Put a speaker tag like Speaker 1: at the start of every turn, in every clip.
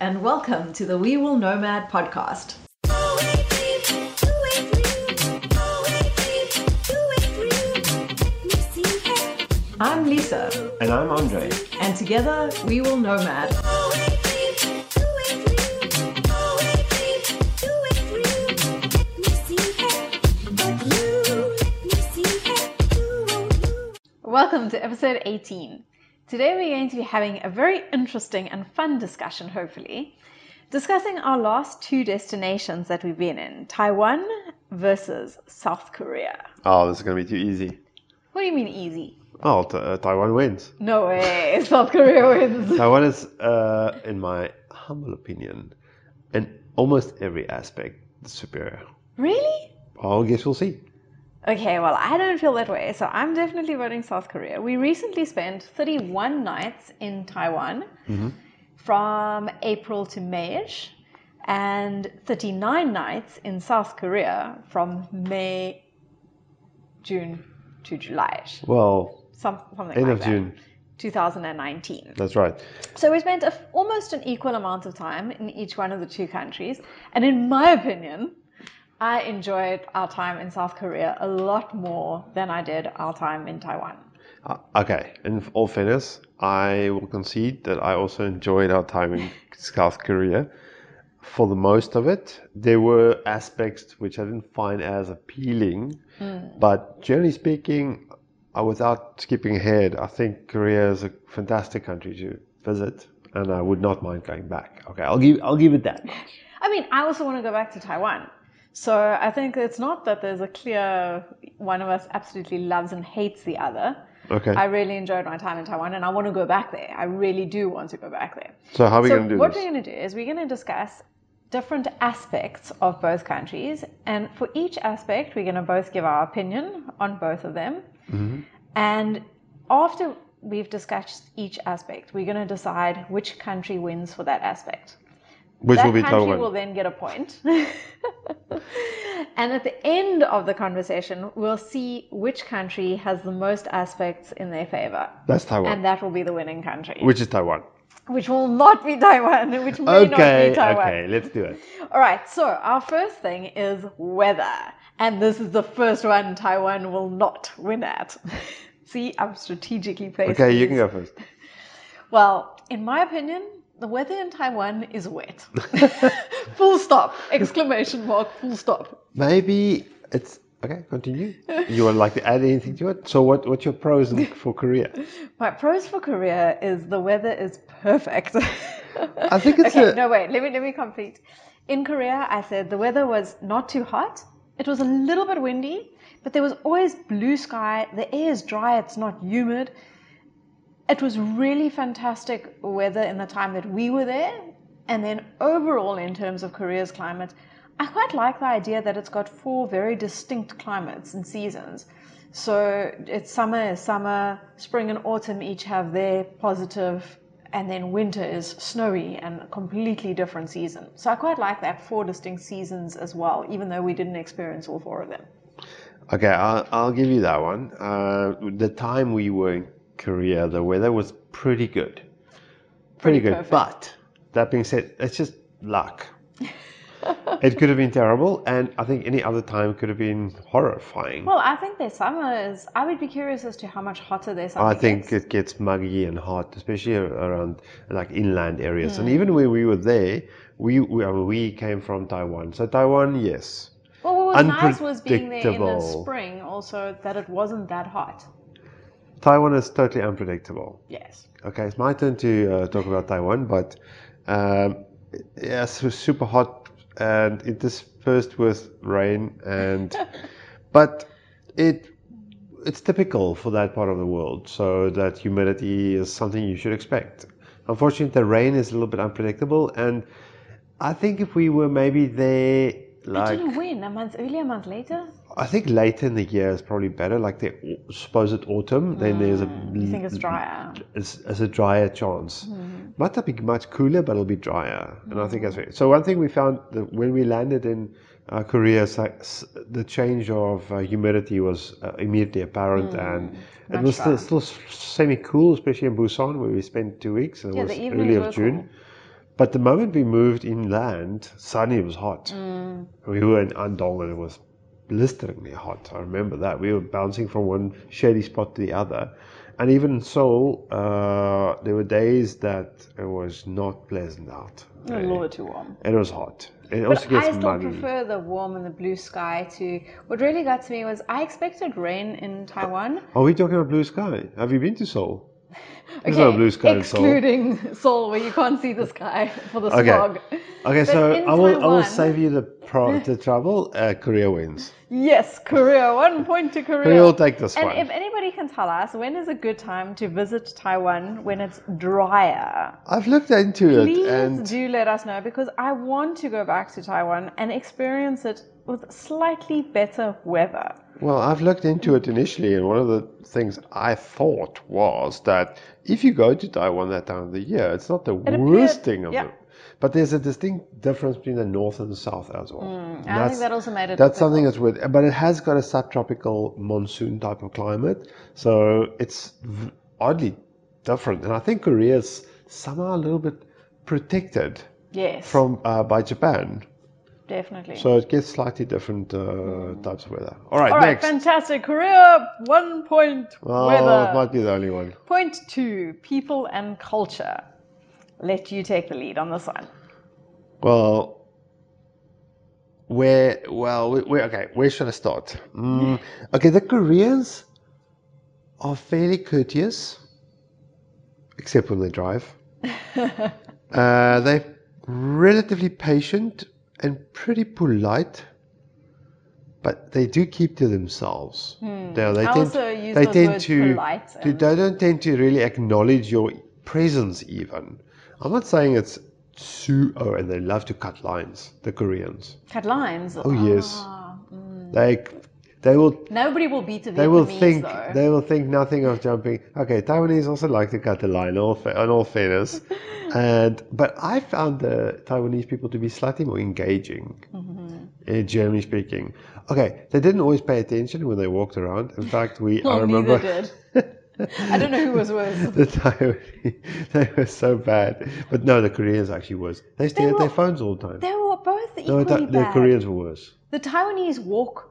Speaker 1: and welcome to the We Will Nomad podcast. I'm Lisa,
Speaker 2: And I'm Andre.
Speaker 1: and together we will Nomad.
Speaker 3: Welcome to episode 18. Today we're going to be having a very interesting and fun discussion, hopefully, discussing our last two destinations that we've been in Taiwan versus South Korea.
Speaker 2: Oh, this is gonna be too easy.
Speaker 3: What do you mean easy?
Speaker 2: Oh, t- uh, Taiwan wins.
Speaker 3: No way, South Korea wins.
Speaker 2: Taiwan is, uh, in my humble opinion, in almost every aspect, superior.
Speaker 3: Really?
Speaker 2: Well, I guess we'll see.
Speaker 3: Okay, well, I don't feel that way, so I'm definitely voting South Korea. We recently spent 31 nights in Taiwan
Speaker 2: Mm-hmm.
Speaker 3: from April to Mayish, and 39 nights in South Korea from May, June to Julyish,
Speaker 2: Well,
Speaker 3: some, something
Speaker 2: end
Speaker 3: like
Speaker 2: of
Speaker 3: that.
Speaker 2: June.
Speaker 3: 2019.
Speaker 2: That's right.
Speaker 3: So we spent a, almost an equal amount of time in each one of the two countries, and in my opinion, I enjoyed our time in South Korea a lot more than I did our time in Taiwan.
Speaker 2: Uh, okay. In all fairness, I will concede that I also enjoyed our time in South Korea. For the most of it, there were aspects which I didn't find as appealing,
Speaker 3: Hmm.
Speaker 2: but generally speaking, uh, without skipping ahead, I think Korea is a fantastic country to visit, and I would not mind going back. Okay, I'll give I'll give it that. much.
Speaker 3: I mean, I also want to go back to Taiwan. So I think it's not that there's a clear one of us absolutely loves and hates the other.
Speaker 2: Okay.
Speaker 3: I really enjoyed my time in Taiwan and I want to go back there. I really do want to go back there.
Speaker 2: so how are we
Speaker 3: so
Speaker 2: going to do
Speaker 3: what
Speaker 2: this?
Speaker 3: we're going to do is we're going to discuss different aspects of both countries, and for each aspect, we're going to both give our opinion on both of them.
Speaker 2: Mm-hmm.
Speaker 3: And after we've discussed each aspect, we're going to decide which country wins for that aspect.
Speaker 2: Which
Speaker 3: that
Speaker 2: will be
Speaker 3: country
Speaker 2: Taiwan.
Speaker 3: will then get a point. and at the end of the conversation, we'll see which country has the most aspects in their favor.
Speaker 2: That's Taiwan.
Speaker 3: And that will be the winning country
Speaker 2: which is Taiwan.
Speaker 3: which will not be Taiwan, which may not
Speaker 2: Okay.
Speaker 3: be Taiwan.
Speaker 2: Okay. Let's do it.
Speaker 3: All right, so our first thing is weather, and this is the first one Taiwan will not win at. See, I'm strategically placed.
Speaker 2: Okay. You
Speaker 3: these.
Speaker 2: can go first.
Speaker 3: Well, in my opinion, the weather in Taiwan is wet. full stop! Exclamation mark! Full stop.
Speaker 2: Maybe it's okay. Continue. You would like to add anything to it? So what? What's your pros and- for Korea?
Speaker 3: My pros for Korea is the weather is perfect.
Speaker 2: I think it's
Speaker 3: okay,
Speaker 2: a,
Speaker 3: no wait, let me let me complete. In Korea, I said the weather was not too hot. It was a little bit windy, but there was always blue sky. The air is dry, it's not humid. It was really fantastic weather in the time that we were there. And then overall in terms of Korea's climate, I quite like the idea that it's got four very distinct climates and seasons. So it's summer is summer, spring and autumn each have their positive, and then winter is snowy and a completely different season. So I quite like that four distinct seasons as well, even though we didn't experience all four of them.
Speaker 2: okay. I'll, I'll give you that one. Uh, the time we were in Korea, the weather was pretty good,
Speaker 3: Pretty
Speaker 2: pretty, good.
Speaker 3: perfect.
Speaker 2: But that being said, it's just luck. it could have been terrible, and I think any other time could have been horrifying.
Speaker 3: Well, I think their summer is. I would be curious as to how much hotter their summer
Speaker 2: I think
Speaker 3: gets.
Speaker 2: it gets muggy and hot, especially ar- around like inland areas. And even when we were there, we we, I mean, we came from Taiwan. So Taiwan, yes,
Speaker 3: Well, what was nice was being there in the
Speaker 2: unpredictable.
Speaker 3: spring, also that it wasn't that hot.
Speaker 2: Taiwan is totally unpredictable.
Speaker 3: Yes.
Speaker 2: Okay, it's my turn to uh, talk about Taiwan, but um, yeah, so super hot and it dispersed with rain and but it it's typical for that part of the world. So that humidity is something you should expect. Unfortunately, the rain is a little bit unpredictable, and I think if we were maybe there
Speaker 3: I
Speaker 2: like
Speaker 3: don't know when. A month earlier, a month later.
Speaker 2: I think later in the year is probably better, like the au- supposed autumn, then there's a
Speaker 3: You think it's drier?
Speaker 2: as, as a drier chance.
Speaker 3: Hmm.
Speaker 2: Might not be much cooler, but it'll be drier. And I think that's right. So one thing we found that when we landed in uh, Korea, it's like s- the change of uh, humidity was uh, immediately apparent, and it
Speaker 3: Hmm. Much
Speaker 2: was still,
Speaker 3: drier.
Speaker 2: still semi-cool, especially in Busan where we spent two weeks. And it
Speaker 3: Yeah,
Speaker 2: was
Speaker 3: the evenings
Speaker 2: early
Speaker 3: were
Speaker 2: of June.
Speaker 3: cool.
Speaker 2: But the moment we moved inland, suddenly it was hot.
Speaker 3: Hmm.
Speaker 2: We were in Andong and it was blisteringly hot. I remember that. We were bouncing from one shady spot to the other. And even in Seoul, uh, there were days that it was not pleasant out.
Speaker 3: A
Speaker 2: really.
Speaker 3: little bit too warm.
Speaker 2: And it was hot. And it also
Speaker 3: Oh, But I
Speaker 2: gets
Speaker 3: still
Speaker 2: muddy.
Speaker 3: prefer the warm and the blue sky to what really got to me was I expected rain in Taiwan.
Speaker 2: Are we talking about blue sky? Have you been to Seoul? There's no blue sky in Seoul.
Speaker 3: excluding Seoul. where you can't see the sky for the
Speaker 2: Okay.
Speaker 3: smog.
Speaker 2: Okay,
Speaker 3: But
Speaker 2: so
Speaker 3: in
Speaker 2: I will I will
Speaker 3: Taiwan-
Speaker 2: save you the pro- the trouble. Uh, Korea wins.
Speaker 3: Yes, Korea. One point to Korea.
Speaker 2: Korea will take this
Speaker 3: and
Speaker 2: one.
Speaker 3: if anybody can tell us when is a good time to visit Taiwan when it's drier,
Speaker 2: I've looked into
Speaker 3: please
Speaker 2: it, and
Speaker 3: do let us know because I want to go back to Taiwan and experience it with slightly better weather.
Speaker 2: well, I've looked into it initially, and one of the things I thought was that if you go to Taiwan that time of the year, it's not the
Speaker 3: appeared-
Speaker 2: worst thing of
Speaker 3: yeah.
Speaker 2: it. But there's a distinct difference between the north and the south as well. And
Speaker 3: Mm, I think that also made it.
Speaker 2: That's something that's weird, but it has got a subtropical monsoon type of climate, so it's v- oddly different. And I think Korea is somehow a little bit protected
Speaker 3: yes,
Speaker 2: from uh, by Japan,
Speaker 3: definitely.
Speaker 2: so it gets slightly different uh, types of weather. All right,
Speaker 3: All right,
Speaker 2: next.
Speaker 3: fantastic. Korea, one point
Speaker 2: Oh,
Speaker 3: weather.
Speaker 2: it might be the only one.
Speaker 3: Point two, people and culture. Let you take the lead on this one.
Speaker 2: Well, where? Well, we, we, okay. Where should I start? Mm, okay, the Koreans are fairly courteous, except when they drive. uh, they're relatively patient and pretty polite, but they do keep to themselves. Now they
Speaker 3: Hmm. I
Speaker 2: tend,
Speaker 3: also use
Speaker 2: they
Speaker 3: those
Speaker 2: tend
Speaker 3: words
Speaker 2: to,
Speaker 3: polite
Speaker 2: to-
Speaker 3: and-
Speaker 2: they don't tend to really acknowledge your presence even. I'm not saying it's too. Oh, and they love to cut lines. The Koreans.
Speaker 3: Cut lines.
Speaker 2: Oh yes,
Speaker 3: Ah,
Speaker 2: they they will
Speaker 3: Nobody will beat a mm. Vietnamese
Speaker 2: they will think
Speaker 3: though.
Speaker 2: they will think nothing of jumping. Okay, Taiwanese also like to cut the line. All fa- on all fairness, and but I found the Taiwanese people to be slightly more engaging.
Speaker 3: Mm-hmm.
Speaker 2: eh, Generally speaking, okay, they didn't always pay attention when they walked around. In fact, we I
Speaker 3: Well,
Speaker 2: remember
Speaker 3: neither did. I don't know who was worse.
Speaker 2: the Taiwanese they were so bad, but no, the Koreans actually worse. They stared at
Speaker 3: were-
Speaker 2: their phones all the time.
Speaker 3: They were both
Speaker 2: No,
Speaker 3: equally
Speaker 2: the, the
Speaker 3: bad.
Speaker 2: Koreans were worse.
Speaker 3: The Taiwanese walk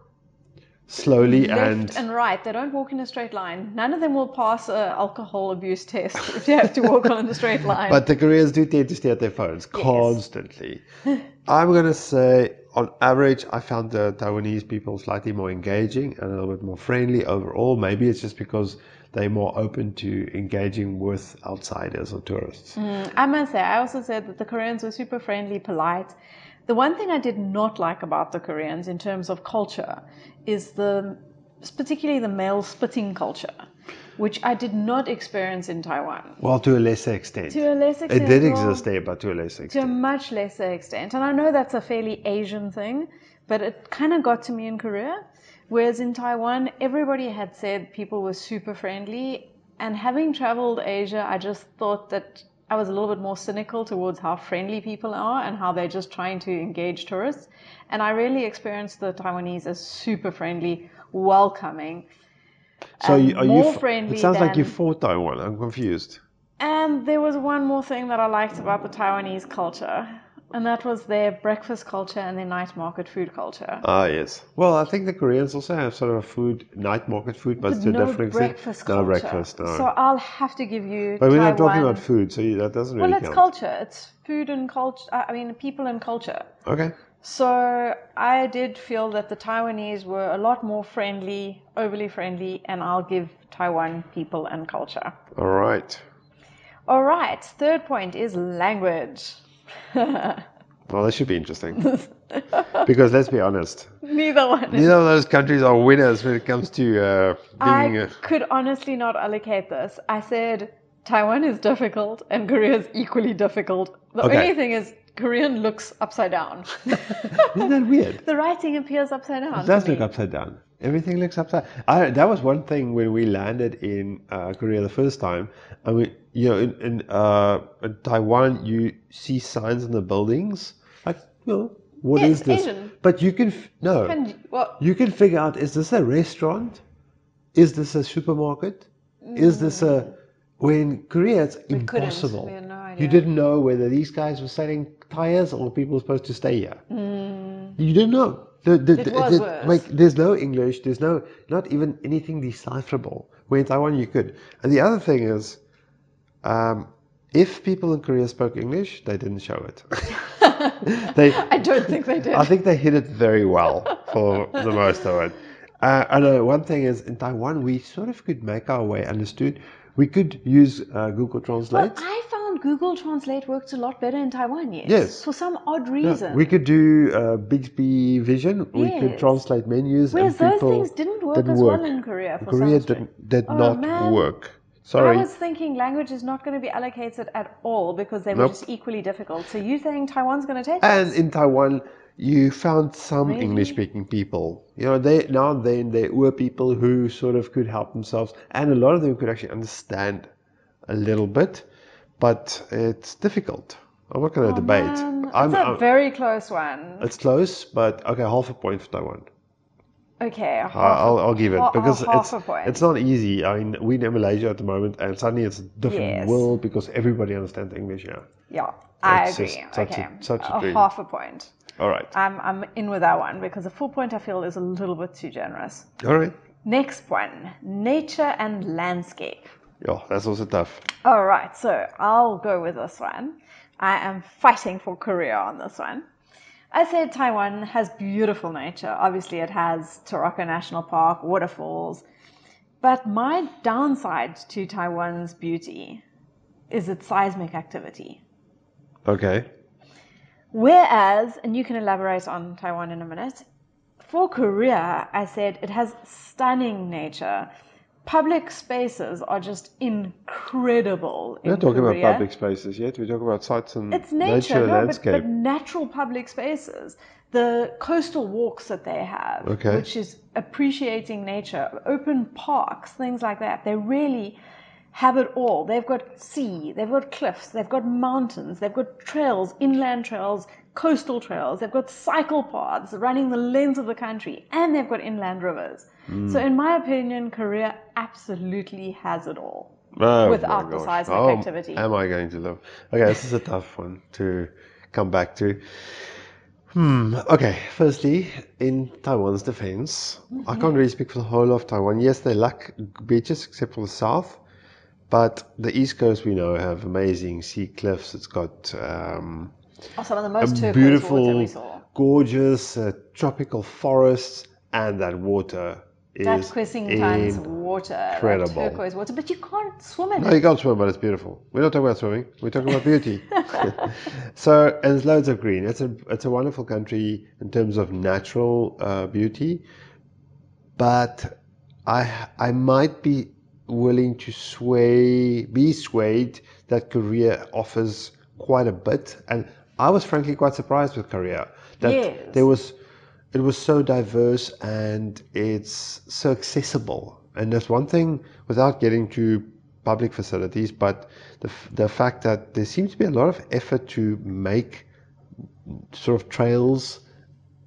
Speaker 2: Slowly
Speaker 3: left and right. They don't walk in a straight line. None of them will pass a alcohol abuse test if you have to walk on a straight line.
Speaker 2: But the Koreans do tend to stay at their phones constantly. I'm going to say, on average, I found the Taiwanese people slightly more engaging and a little bit more friendly overall. Maybe it's just because they're more open to engaging with outsiders or tourists.
Speaker 3: I must say, I also said that the Koreans were super friendly, polite. The one thing I did not like about the Koreans in terms of culture is the particularly the male spitting culture, which I did not experience in Taiwan.
Speaker 2: Well, to a lesser extent.
Speaker 3: To a lesser
Speaker 2: it
Speaker 3: extent,
Speaker 2: did
Speaker 3: well,
Speaker 2: exist there, but to a lesser
Speaker 3: To a
Speaker 2: extent.
Speaker 3: much lesser extent, and I know that's a fairly Asian thing, but it kind of got to me in Korea. Whereas in Taiwan, everybody had said people were super friendly, and having traveled Asia, I just thought that I was a little bit more cynical towards how friendly people are and how they're just trying to engage tourists. And I really experienced the Taiwanese as super friendly, welcoming,
Speaker 2: So,
Speaker 3: and
Speaker 2: you, are
Speaker 3: more
Speaker 2: you? f-
Speaker 3: friendly
Speaker 2: It sounds like you
Speaker 3: than-
Speaker 2: fought Taiwan. I'm confused.
Speaker 3: and there was one more thing that I liked about the Taiwanese culture, and that was their breakfast culture and their night market food culture.
Speaker 2: Ah, yes. Well, I think the Koreans also have sort of a food, night market food, but, to a
Speaker 3: no
Speaker 2: different extent.
Speaker 3: breakfast
Speaker 2: no
Speaker 3: culture.
Speaker 2: breakfast, no.
Speaker 3: So I'll have to give you.
Speaker 2: But we're
Speaker 3: Taiwan.
Speaker 2: not talking about food, so you, that doesn't really
Speaker 3: Well, it's
Speaker 2: count.
Speaker 3: culture. It's food and culture. uh, I I mean, people and culture.
Speaker 2: okay.
Speaker 3: So I did feel that the Taiwanese were a lot more friendly, overly friendly, and I'll give Taiwan people and culture.
Speaker 2: All right.
Speaker 3: All right. Third point is language.
Speaker 2: Well, that should be interesting. because let's be honest,
Speaker 3: Neither one
Speaker 2: neither of those countries are winners when it comes to uh, being.
Speaker 3: I
Speaker 2: uh
Speaker 3: could honestly not allocate this. I said Taiwan is difficult and Korea is equally difficult. The
Speaker 2: Okay.
Speaker 3: only thing is Korean looks upside down.
Speaker 2: Isn't that weird?
Speaker 3: the writing appears upside down.
Speaker 2: It does
Speaker 3: to
Speaker 2: look
Speaker 3: me.
Speaker 2: upside down. Everything looks upside. I, that was one thing when we landed in uh, Korea the first time. I mean, you know, in, in, uh, in Taiwan, you see signs on the buildings like, you know, what
Speaker 3: Yeah,
Speaker 2: is
Speaker 3: it's
Speaker 2: this?
Speaker 3: Asian.
Speaker 2: But you can f- no.
Speaker 3: And well,
Speaker 2: you can figure out is this a restaurant is this a supermarket is this a When Korea, it's
Speaker 3: Mm. We couldn't.
Speaker 2: impossible.
Speaker 3: We had no idea.
Speaker 2: You didn't know whether these guys were selling tires or people were supposed to stay here. You didn't know. The- the- the-
Speaker 3: Mm. was
Speaker 2: the-
Speaker 3: worse.
Speaker 2: Like, there's no English. There's no, not even anything decipherable. Where in Taiwan you could. And the other thing is, um, if people in Korea spoke English, they didn't show it. they,
Speaker 3: I don't think they did.
Speaker 2: I think they hit it very well for the most of it. Uh, I know one thing is in Taiwan we sort of could make our way understood. We could use uh, Google
Speaker 3: Well,
Speaker 2: Translate.
Speaker 3: I found Google Translate worked a lot better in Taiwan, yes.
Speaker 2: Yes.
Speaker 3: For some odd
Speaker 2: Yeah,
Speaker 3: reason.
Speaker 2: we could do uh, Bixby Vision. We could
Speaker 3: Yes.
Speaker 2: translate menus.
Speaker 3: Whereas
Speaker 2: and
Speaker 3: those
Speaker 2: people
Speaker 3: things didn't work
Speaker 2: didn't
Speaker 3: as
Speaker 2: work.
Speaker 3: well in Korea for
Speaker 2: Korea
Speaker 3: some
Speaker 2: did, did
Speaker 3: Oh,
Speaker 2: not
Speaker 3: man.
Speaker 2: work.
Speaker 3: I
Speaker 2: Sorry.
Speaker 3: was thinking language is not going to be allocated at all because they were
Speaker 2: Nope.
Speaker 3: just equally difficult. So you think Taiwan's going to take
Speaker 2: And
Speaker 3: us?
Speaker 2: in Taiwan, you found some
Speaker 3: Really?
Speaker 2: English-speaking people. You know, they now and then there were people who sort of could help themselves, and a lot of them could actually understand a little bit, but it's difficult. I'm not going to
Speaker 3: Oh,
Speaker 2: debate.
Speaker 3: man,
Speaker 2: I'm,
Speaker 3: it's a
Speaker 2: I'm-
Speaker 3: very close one.
Speaker 2: it's close, but okay, half a point for Taiwan.
Speaker 3: Okay, a half,
Speaker 2: I- I'll, I'll give it
Speaker 3: ha-
Speaker 2: because
Speaker 3: half
Speaker 2: it's
Speaker 3: a point.
Speaker 2: it's not easy. I mean, we're in Malaysia at the moment, and suddenly it's a different
Speaker 3: Yes.
Speaker 2: world because everybody understands English. Yeah.
Speaker 3: yeah, I
Speaker 2: It's just
Speaker 3: agree.
Speaker 2: such a-
Speaker 3: okay,
Speaker 2: such a dream.
Speaker 3: half a point.
Speaker 2: All right.
Speaker 3: I'm I'm in with that one because a full point I feel is a little bit too generous.
Speaker 2: All right.
Speaker 3: Next one, nature and landscape.
Speaker 2: Yeah, that's also tough.
Speaker 3: All right, so I'll go with this one. I am fighting for Korea on this one. I said Taiwan has beautiful nature. Obviously, it has Taroko National Park, waterfalls. But my downside to Taiwan's beauty is its seismic activity.
Speaker 2: Okay.
Speaker 3: Whereas, and you can elaborate on Taiwan in a minute, for Korea, I said it has stunning nature. Public spaces are just incredible.
Speaker 2: We're
Speaker 3: in
Speaker 2: not talking
Speaker 3: Korea.
Speaker 2: about public spaces yet. We're talking about sites and
Speaker 3: It's nature, no, but-
Speaker 2: landscape.
Speaker 3: But, natural public spaces. The coastal walks that they have,
Speaker 2: Okay.
Speaker 3: which is appreciating nature, open parks, things like that. They really have it all. They've got sea, they've got cliffs, they've got mountains, they've got trails, inland trails, coastal trails, they've got cycle paths running the length of the country, and they've got inland rivers.
Speaker 2: Hmm.
Speaker 3: So, in my opinion, Korea absolutely has it all.
Speaker 2: Oh,
Speaker 3: without
Speaker 2: my
Speaker 3: the
Speaker 2: gosh.
Speaker 3: seismic
Speaker 2: How
Speaker 3: activity.
Speaker 2: Am I going to live? Okay, this is a tough one to come back to. Hmm. Okay. Firstly, in Taiwan's defense, I can't really speak for the whole of Taiwan. Yes, they lack beaches except for the south, but the east coast we know have amazing sea cliffs. It's got um,
Speaker 3: Are some of the most turquoise water we saw.
Speaker 2: beautiful, gorgeous uh, tropical forests, and that water is
Speaker 3: That Quissing Tan's
Speaker 2: in-
Speaker 3: water, that
Speaker 2: incredible.
Speaker 3: turquoise water, but you can't swim in
Speaker 2: No,
Speaker 3: it.
Speaker 2: you can't swim, but it's beautiful. We're not talking about swimming. We're talking about beauty. so, and there's loads of green. It's a it's a wonderful country in terms of natural uh, beauty, but I I might be willing to sway be swayed that Korea offers quite a bit, and I was frankly quite surprised with Korea that
Speaker 3: Yes.
Speaker 2: there was it was so diverse and it's so accessible. And that's one thing without getting to public facilities, but the, f- the fact that there seems to be a lot of effort to make sort of trails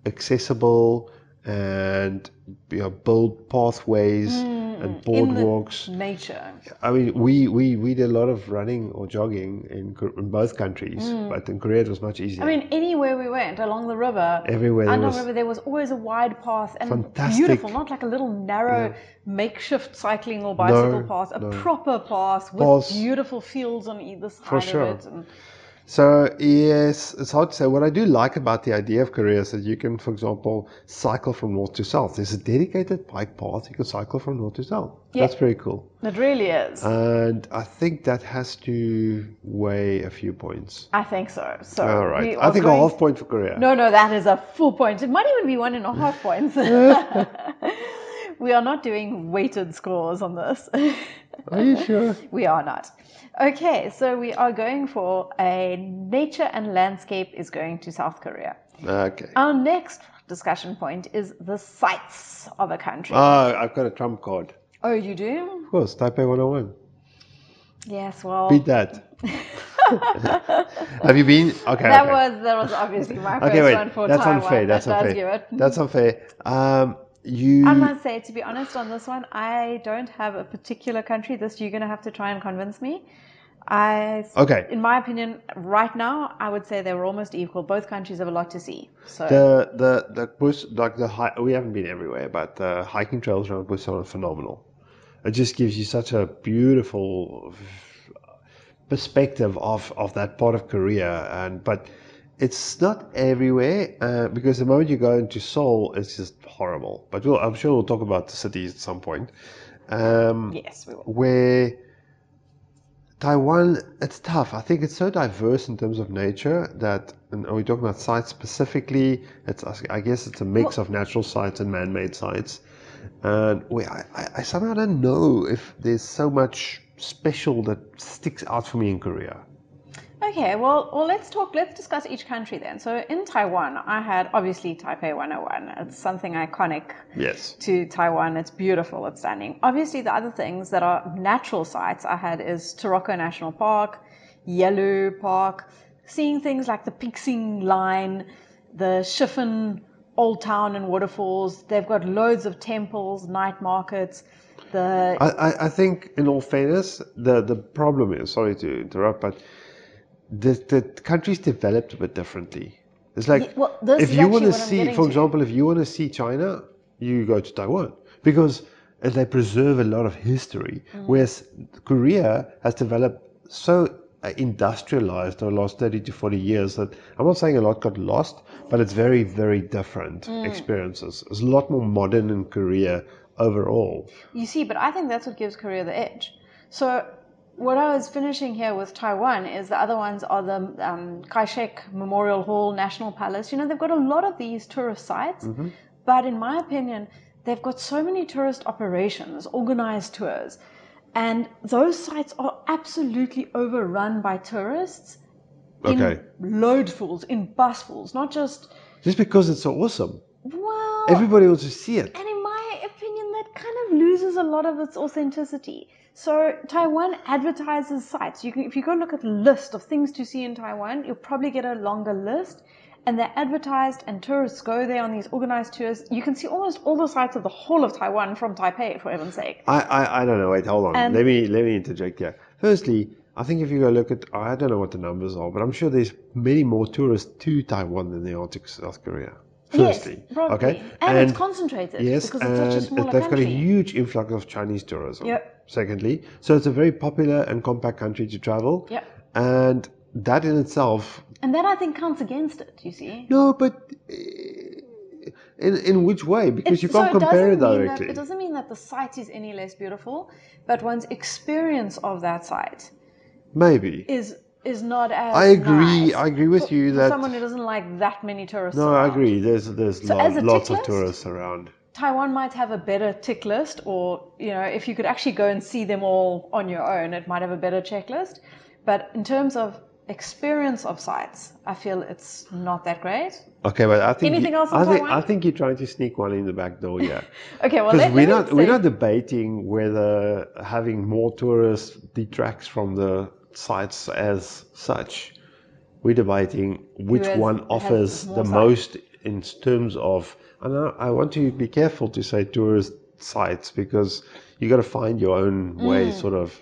Speaker 2: accessible and you know, build pathways and
Speaker 3: Mm, in the-
Speaker 2: boardwalks.
Speaker 3: Nature.
Speaker 2: I mean, we, we, we did a lot of running or jogging in, Kor- in both countries, but in Korea it was much easier.
Speaker 3: Mm. I mean, anywhere we went, along the river,
Speaker 2: Everywhere there
Speaker 3: and on
Speaker 2: was-
Speaker 3: the river, there was always a wide path and
Speaker 2: Fantastic.
Speaker 3: beautiful, not like a little narrow makeshift cycling or bicycle
Speaker 2: No,
Speaker 3: path, a
Speaker 2: no.
Speaker 3: proper path with
Speaker 2: Paths.
Speaker 3: beautiful fields on either side
Speaker 2: sure.
Speaker 3: of it. And
Speaker 2: So yes, it's hard to say. What I do like about the idea of Korea is that you can, for example, cycle from north to south. There's a dedicated bike path you can cycle from north to south. That's pretty cool.
Speaker 3: it really is.
Speaker 2: Uh, And I think that has to weigh a few points.
Speaker 3: I think so. So
Speaker 2: All
Speaker 3: Uh, we
Speaker 2: right. I
Speaker 3: are
Speaker 2: think
Speaker 3: going
Speaker 2: a half point for Korea.
Speaker 3: No, no, that is a full point. It might even be one and a half points. we are not doing weighted scores on this.
Speaker 2: Are you sure?
Speaker 3: we are not. Okay, so we are going for a nature and landscape is going to South Korea.
Speaker 2: Okay.
Speaker 3: Our next discussion point is the sights of a country.
Speaker 2: Oh, I've got a trump card.
Speaker 3: oh, you do?
Speaker 2: Of course, Taipei 101.
Speaker 3: Yes, well,
Speaker 2: Beat that. Have you been? Okay.
Speaker 3: that
Speaker 2: okay.
Speaker 3: was that was obviously my first
Speaker 2: Okay, wait.
Speaker 3: one for
Speaker 2: That's
Speaker 3: Taiwan.
Speaker 2: unfair. That's
Speaker 3: that does
Speaker 2: unfair.
Speaker 3: give it.
Speaker 2: That's unfair. Um, You
Speaker 3: I must say, to be honest, on this one, I don't have a particular country. This you're going to have to try and convince me. I,
Speaker 2: okay?
Speaker 3: in my opinion, right now, I would say they were almost equal. Both countries have a lot to see. So
Speaker 2: The the the bush like the hi- we haven't been everywhere, but the hiking trails around Busan are phenomenal. It just gives you such a beautiful perspective of of that part of Korea, and but it's not everywhere uh, because the moment you go into Seoul, it's just horrible. But we'll, I'm sure we'll talk about the cities at some point. Um,
Speaker 3: yes, we will.
Speaker 2: where Taiwan, it's tough. I think it's so diverse in terms of nature that, and are we talking about sites specifically? It's, I guess it's a mix of natural sites and man-made sites. And we, I, I- I somehow don't know if there's so much special that sticks out for me in Korea.
Speaker 3: Okay, well, well, let's talk. Let's discuss each country then. So in Taiwan, I had obviously Taipei 101. It's something iconic
Speaker 2: Yes.
Speaker 3: to Taiwan. It's beautiful. It's stunning. Obviously, the other things that are natural sites I had is Taroko National Park, Yellow Park, seeing things like the Pixing Line, the Shifen Old Town and Waterfalls. They've got loads of temples, night markets. The
Speaker 2: I, I, I think, in all fairness, the, the problem is, sorry to interrupt, but the, the countries developed a bit differently. It's like
Speaker 3: Yeah, well, this
Speaker 2: if
Speaker 3: is
Speaker 2: you
Speaker 3: actually
Speaker 2: want to
Speaker 3: what I'm
Speaker 2: see,
Speaker 3: getting
Speaker 2: for
Speaker 3: to.
Speaker 2: example, if you want to see China, you go to Taiwan because they preserve a lot of history.
Speaker 3: Mm.
Speaker 2: Whereas Korea has developed so uh, industrialized over the last 30 to 40 years that I'm not saying a lot got lost, but it's very, very different
Speaker 3: Mm.
Speaker 2: experiences. It's a lot more modern in Korea overall.
Speaker 3: You see, but I think that's what gives Korea the edge. So, what I was finishing here with Taiwan is the other ones are the um, Kai shek Memorial Hall, National Palace. You know, they've got a lot of these tourist sites, but in my opinion, they've got so many tourist operations, organized tours, and those sites are absolutely overrun by tourists
Speaker 2: Okay.
Speaker 3: in loadfuls, in busfuls, not just,
Speaker 2: Just because it's so awesome,
Speaker 3: well,
Speaker 2: everybody wants to see it.
Speaker 3: and in my opinion, that kind of loses a lot of its authenticity. So Taiwan advertises sites. You can, if you go look at the list of things to see in Taiwan, you'll probably get a longer list. And they're advertised, and tourists go there on these organized tours. You can see almost all the sites of the whole of Taiwan from Taipei, for heaven's sake.
Speaker 2: I, I, I don't know. Wait, hold on.
Speaker 3: Um,
Speaker 2: let me let me interject here. Firstly, I think if you go look at, I don't know what the numbers are, but I'm sure there's many more tourists to Taiwan than there are to South Korea. Firstly,
Speaker 3: yes, probably.
Speaker 2: okay,
Speaker 3: And, it's concentrated
Speaker 2: yes,
Speaker 3: because it's
Speaker 2: and
Speaker 3: such a smaller
Speaker 2: they've
Speaker 3: country.
Speaker 2: got a huge influx of Chinese tourism.
Speaker 3: Yep.
Speaker 2: Secondly, so it's a very popular and compact country to travel.
Speaker 3: Yep.
Speaker 2: And that in itself
Speaker 3: and that I think counts against it. You see,
Speaker 2: no, but eh, in in which way? Because
Speaker 3: It-
Speaker 2: you can't
Speaker 3: so it
Speaker 2: compare it
Speaker 3: doesn't mean that-
Speaker 2: directly.
Speaker 3: it doesn't mean that the site is any less beautiful, but one's experience of that site
Speaker 2: Maybe.
Speaker 3: is is not as.
Speaker 2: I agree.
Speaker 3: nice
Speaker 2: I agree with
Speaker 3: for-
Speaker 2: you
Speaker 3: for
Speaker 2: that-
Speaker 3: someone who doesn't like that many tourists.
Speaker 2: No, I
Speaker 3: around.
Speaker 2: agree. There's there's
Speaker 3: So
Speaker 2: lo-
Speaker 3: as a
Speaker 2: lots of
Speaker 3: tick list-
Speaker 2: tourists around.
Speaker 3: Taiwan might have a better tick list, or you know, if you could actually go and see them all on your own, it might have a better checklist. But in terms of experience of sites, I feel it's not that great.
Speaker 2: Okay, but I think
Speaker 3: Anything
Speaker 2: you-
Speaker 3: else on
Speaker 2: I think,
Speaker 3: Taiwan?
Speaker 2: I think you're trying to sneak one in the back door, yeah.
Speaker 3: Okay, well,
Speaker 2: Because
Speaker 3: let, let
Speaker 2: we're
Speaker 3: me
Speaker 2: not we're
Speaker 3: say-
Speaker 2: not debating whether having more tourists detracts from the sites as such. We're debating which
Speaker 3: has-
Speaker 2: one
Speaker 3: has
Speaker 2: offers
Speaker 3: more
Speaker 2: the
Speaker 3: sites.
Speaker 2: most in terms of. And I, I want to be careful to say tourist sites because you got to find your own way,
Speaker 3: Mm.
Speaker 2: sort of.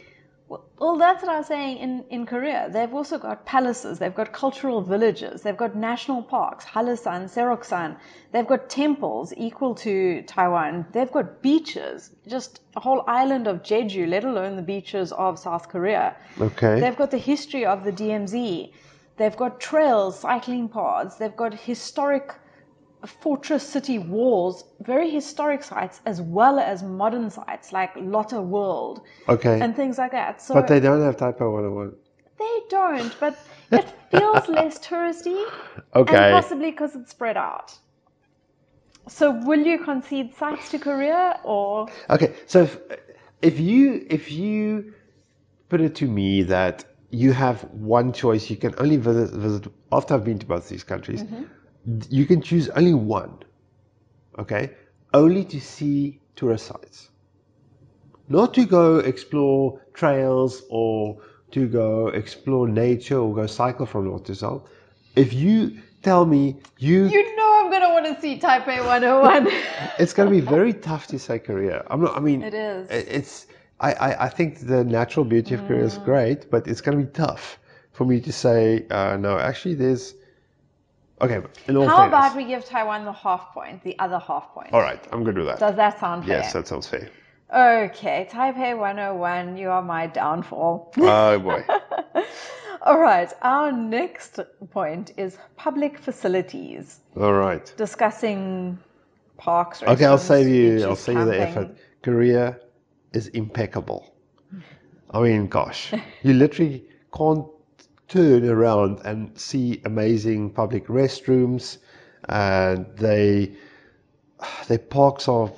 Speaker 3: Well, that's what I was saying in, in Korea. They've also got palaces, they've got cultural villages, they've got national parks, Hallasan, Seroksan. They've got temples equal to Taiwan. They've got beaches, just a whole island of Jeju, let alone the beaches of South Korea.
Speaker 2: Okay.
Speaker 3: They've got the history of the DMZ. They've got trails, cycling paths. They've got historic fortress city walls, very historic sites, as well as modern sites like Lotte World
Speaker 2: okay.
Speaker 3: and things like that. So
Speaker 2: but they don't have oh Typo 101.
Speaker 3: they don't, but it feels less touristy
Speaker 2: Okay.
Speaker 3: and possibly because it's spread out. So will you concede sites to Korea or
Speaker 2: Okay, so if, if you if you put it to me that you have one choice, you can only visit visit after I've been to both these countries,
Speaker 3: Mm-hmm.
Speaker 2: d- you can choose only one. Okay, only to see tourist sites, not to go explore trails or to go explore nature or go cycle from north to south. If you tell me you,
Speaker 3: You know I'm gonna want to see Taipei 101.
Speaker 2: it's going to be very tough to say Korea. I'm not. I mean,
Speaker 3: It is.
Speaker 2: i- It's. I, I, I think the natural beauty of Korea
Speaker 3: Mm.
Speaker 2: is great, but it's going to be tough for me to say uh, no. Actually, there's. Okay, in all
Speaker 3: How
Speaker 2: fairness.
Speaker 3: about we give Taiwan the half point, the other half point?
Speaker 2: All right, I'm good with that.
Speaker 3: Does that sound fair?
Speaker 2: yes, that sounds fair.
Speaker 3: Okay, Taipei 101, you are my downfall.
Speaker 2: Oh boy.
Speaker 3: All right, our next point is public facilities.
Speaker 2: All right.
Speaker 3: Discussing parks.
Speaker 2: Okay, I'll
Speaker 3: restaurants,
Speaker 2: save you.
Speaker 3: beaches,
Speaker 2: I'll save you the
Speaker 3: camping.
Speaker 2: effort. Korea is impeccable. I mean, gosh, you literally can't turn around and see amazing public restrooms, and they their parks are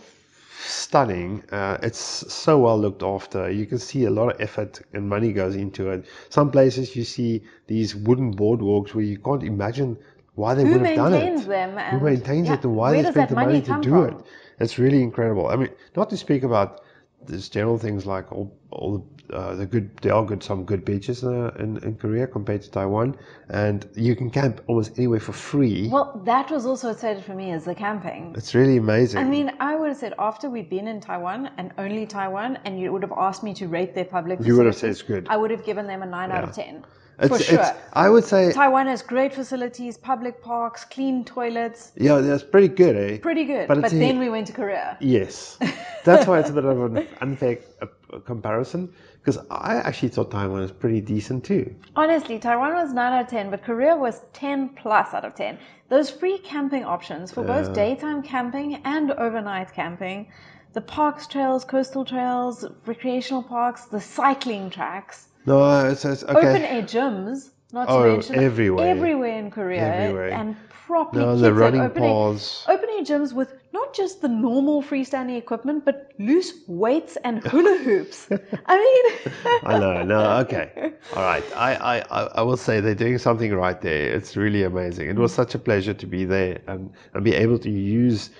Speaker 2: stunning. Uh, it's so well looked after. You can see a lot of effort and money goes into it. Some places you see these wooden boardwalks where you can't imagine why they
Speaker 3: Who
Speaker 2: would have done it
Speaker 3: maintains them? And
Speaker 2: who maintains
Speaker 3: yeah,
Speaker 2: it and why
Speaker 3: where
Speaker 2: they
Speaker 3: does
Speaker 2: spend
Speaker 3: that
Speaker 2: the money,
Speaker 3: come
Speaker 2: to do
Speaker 3: from?
Speaker 2: it. It's really incredible. I mean, not to speak about these general things like all, all the, uh, the good, there are good, some good beaches uh, in, in Korea compared to Taiwan, and you can camp almost anywhere for free.
Speaker 3: Well, that was also exciting for me is the camping.
Speaker 2: it's really amazing.
Speaker 3: I mean, I would have said after we'd been in Taiwan and only Taiwan, and you would have asked me to rate their public.
Speaker 2: You would have
Speaker 3: facilities,
Speaker 2: said it's good.
Speaker 3: I would have given them a nine out of ten
Speaker 2: it's,
Speaker 3: for sure.
Speaker 2: it's, I would say,
Speaker 3: Taiwan has great facilities, public parks, clean toilets,
Speaker 2: yeah, that's pretty good, eh?
Speaker 3: pretty good.
Speaker 2: But
Speaker 3: But,
Speaker 2: it's a-
Speaker 3: then we went to Korea.
Speaker 2: Yes, that's why it's a bit of an unfair uh, comparison because I actually thought Taiwan was pretty decent too.
Speaker 3: Honestly, Taiwan was nine out of ten, but Korea was ten plus out of ten. Those free camping options for both daytime camping and overnight camping, the parks, trails, coastal trails, recreational parks, the cycling tracks.
Speaker 2: No, it's, it's okay.
Speaker 3: open air gyms, not
Speaker 2: Oh,
Speaker 3: to mention
Speaker 2: everywhere.
Speaker 3: everywhere in Korea,
Speaker 2: Everywhere.
Speaker 3: and properly
Speaker 2: No,
Speaker 3: kids
Speaker 2: the
Speaker 3: have
Speaker 2: running
Speaker 3: open air,
Speaker 2: paths.
Speaker 3: open air gyms with not just the normal freestanding equipment, but loose weights and hula hoops. I mean,
Speaker 2: I know. No, okay. All right. I, I, I I will say they're doing something right there. It's really amazing. It was
Speaker 3: Mm.
Speaker 2: such a pleasure to be there and, and be able to use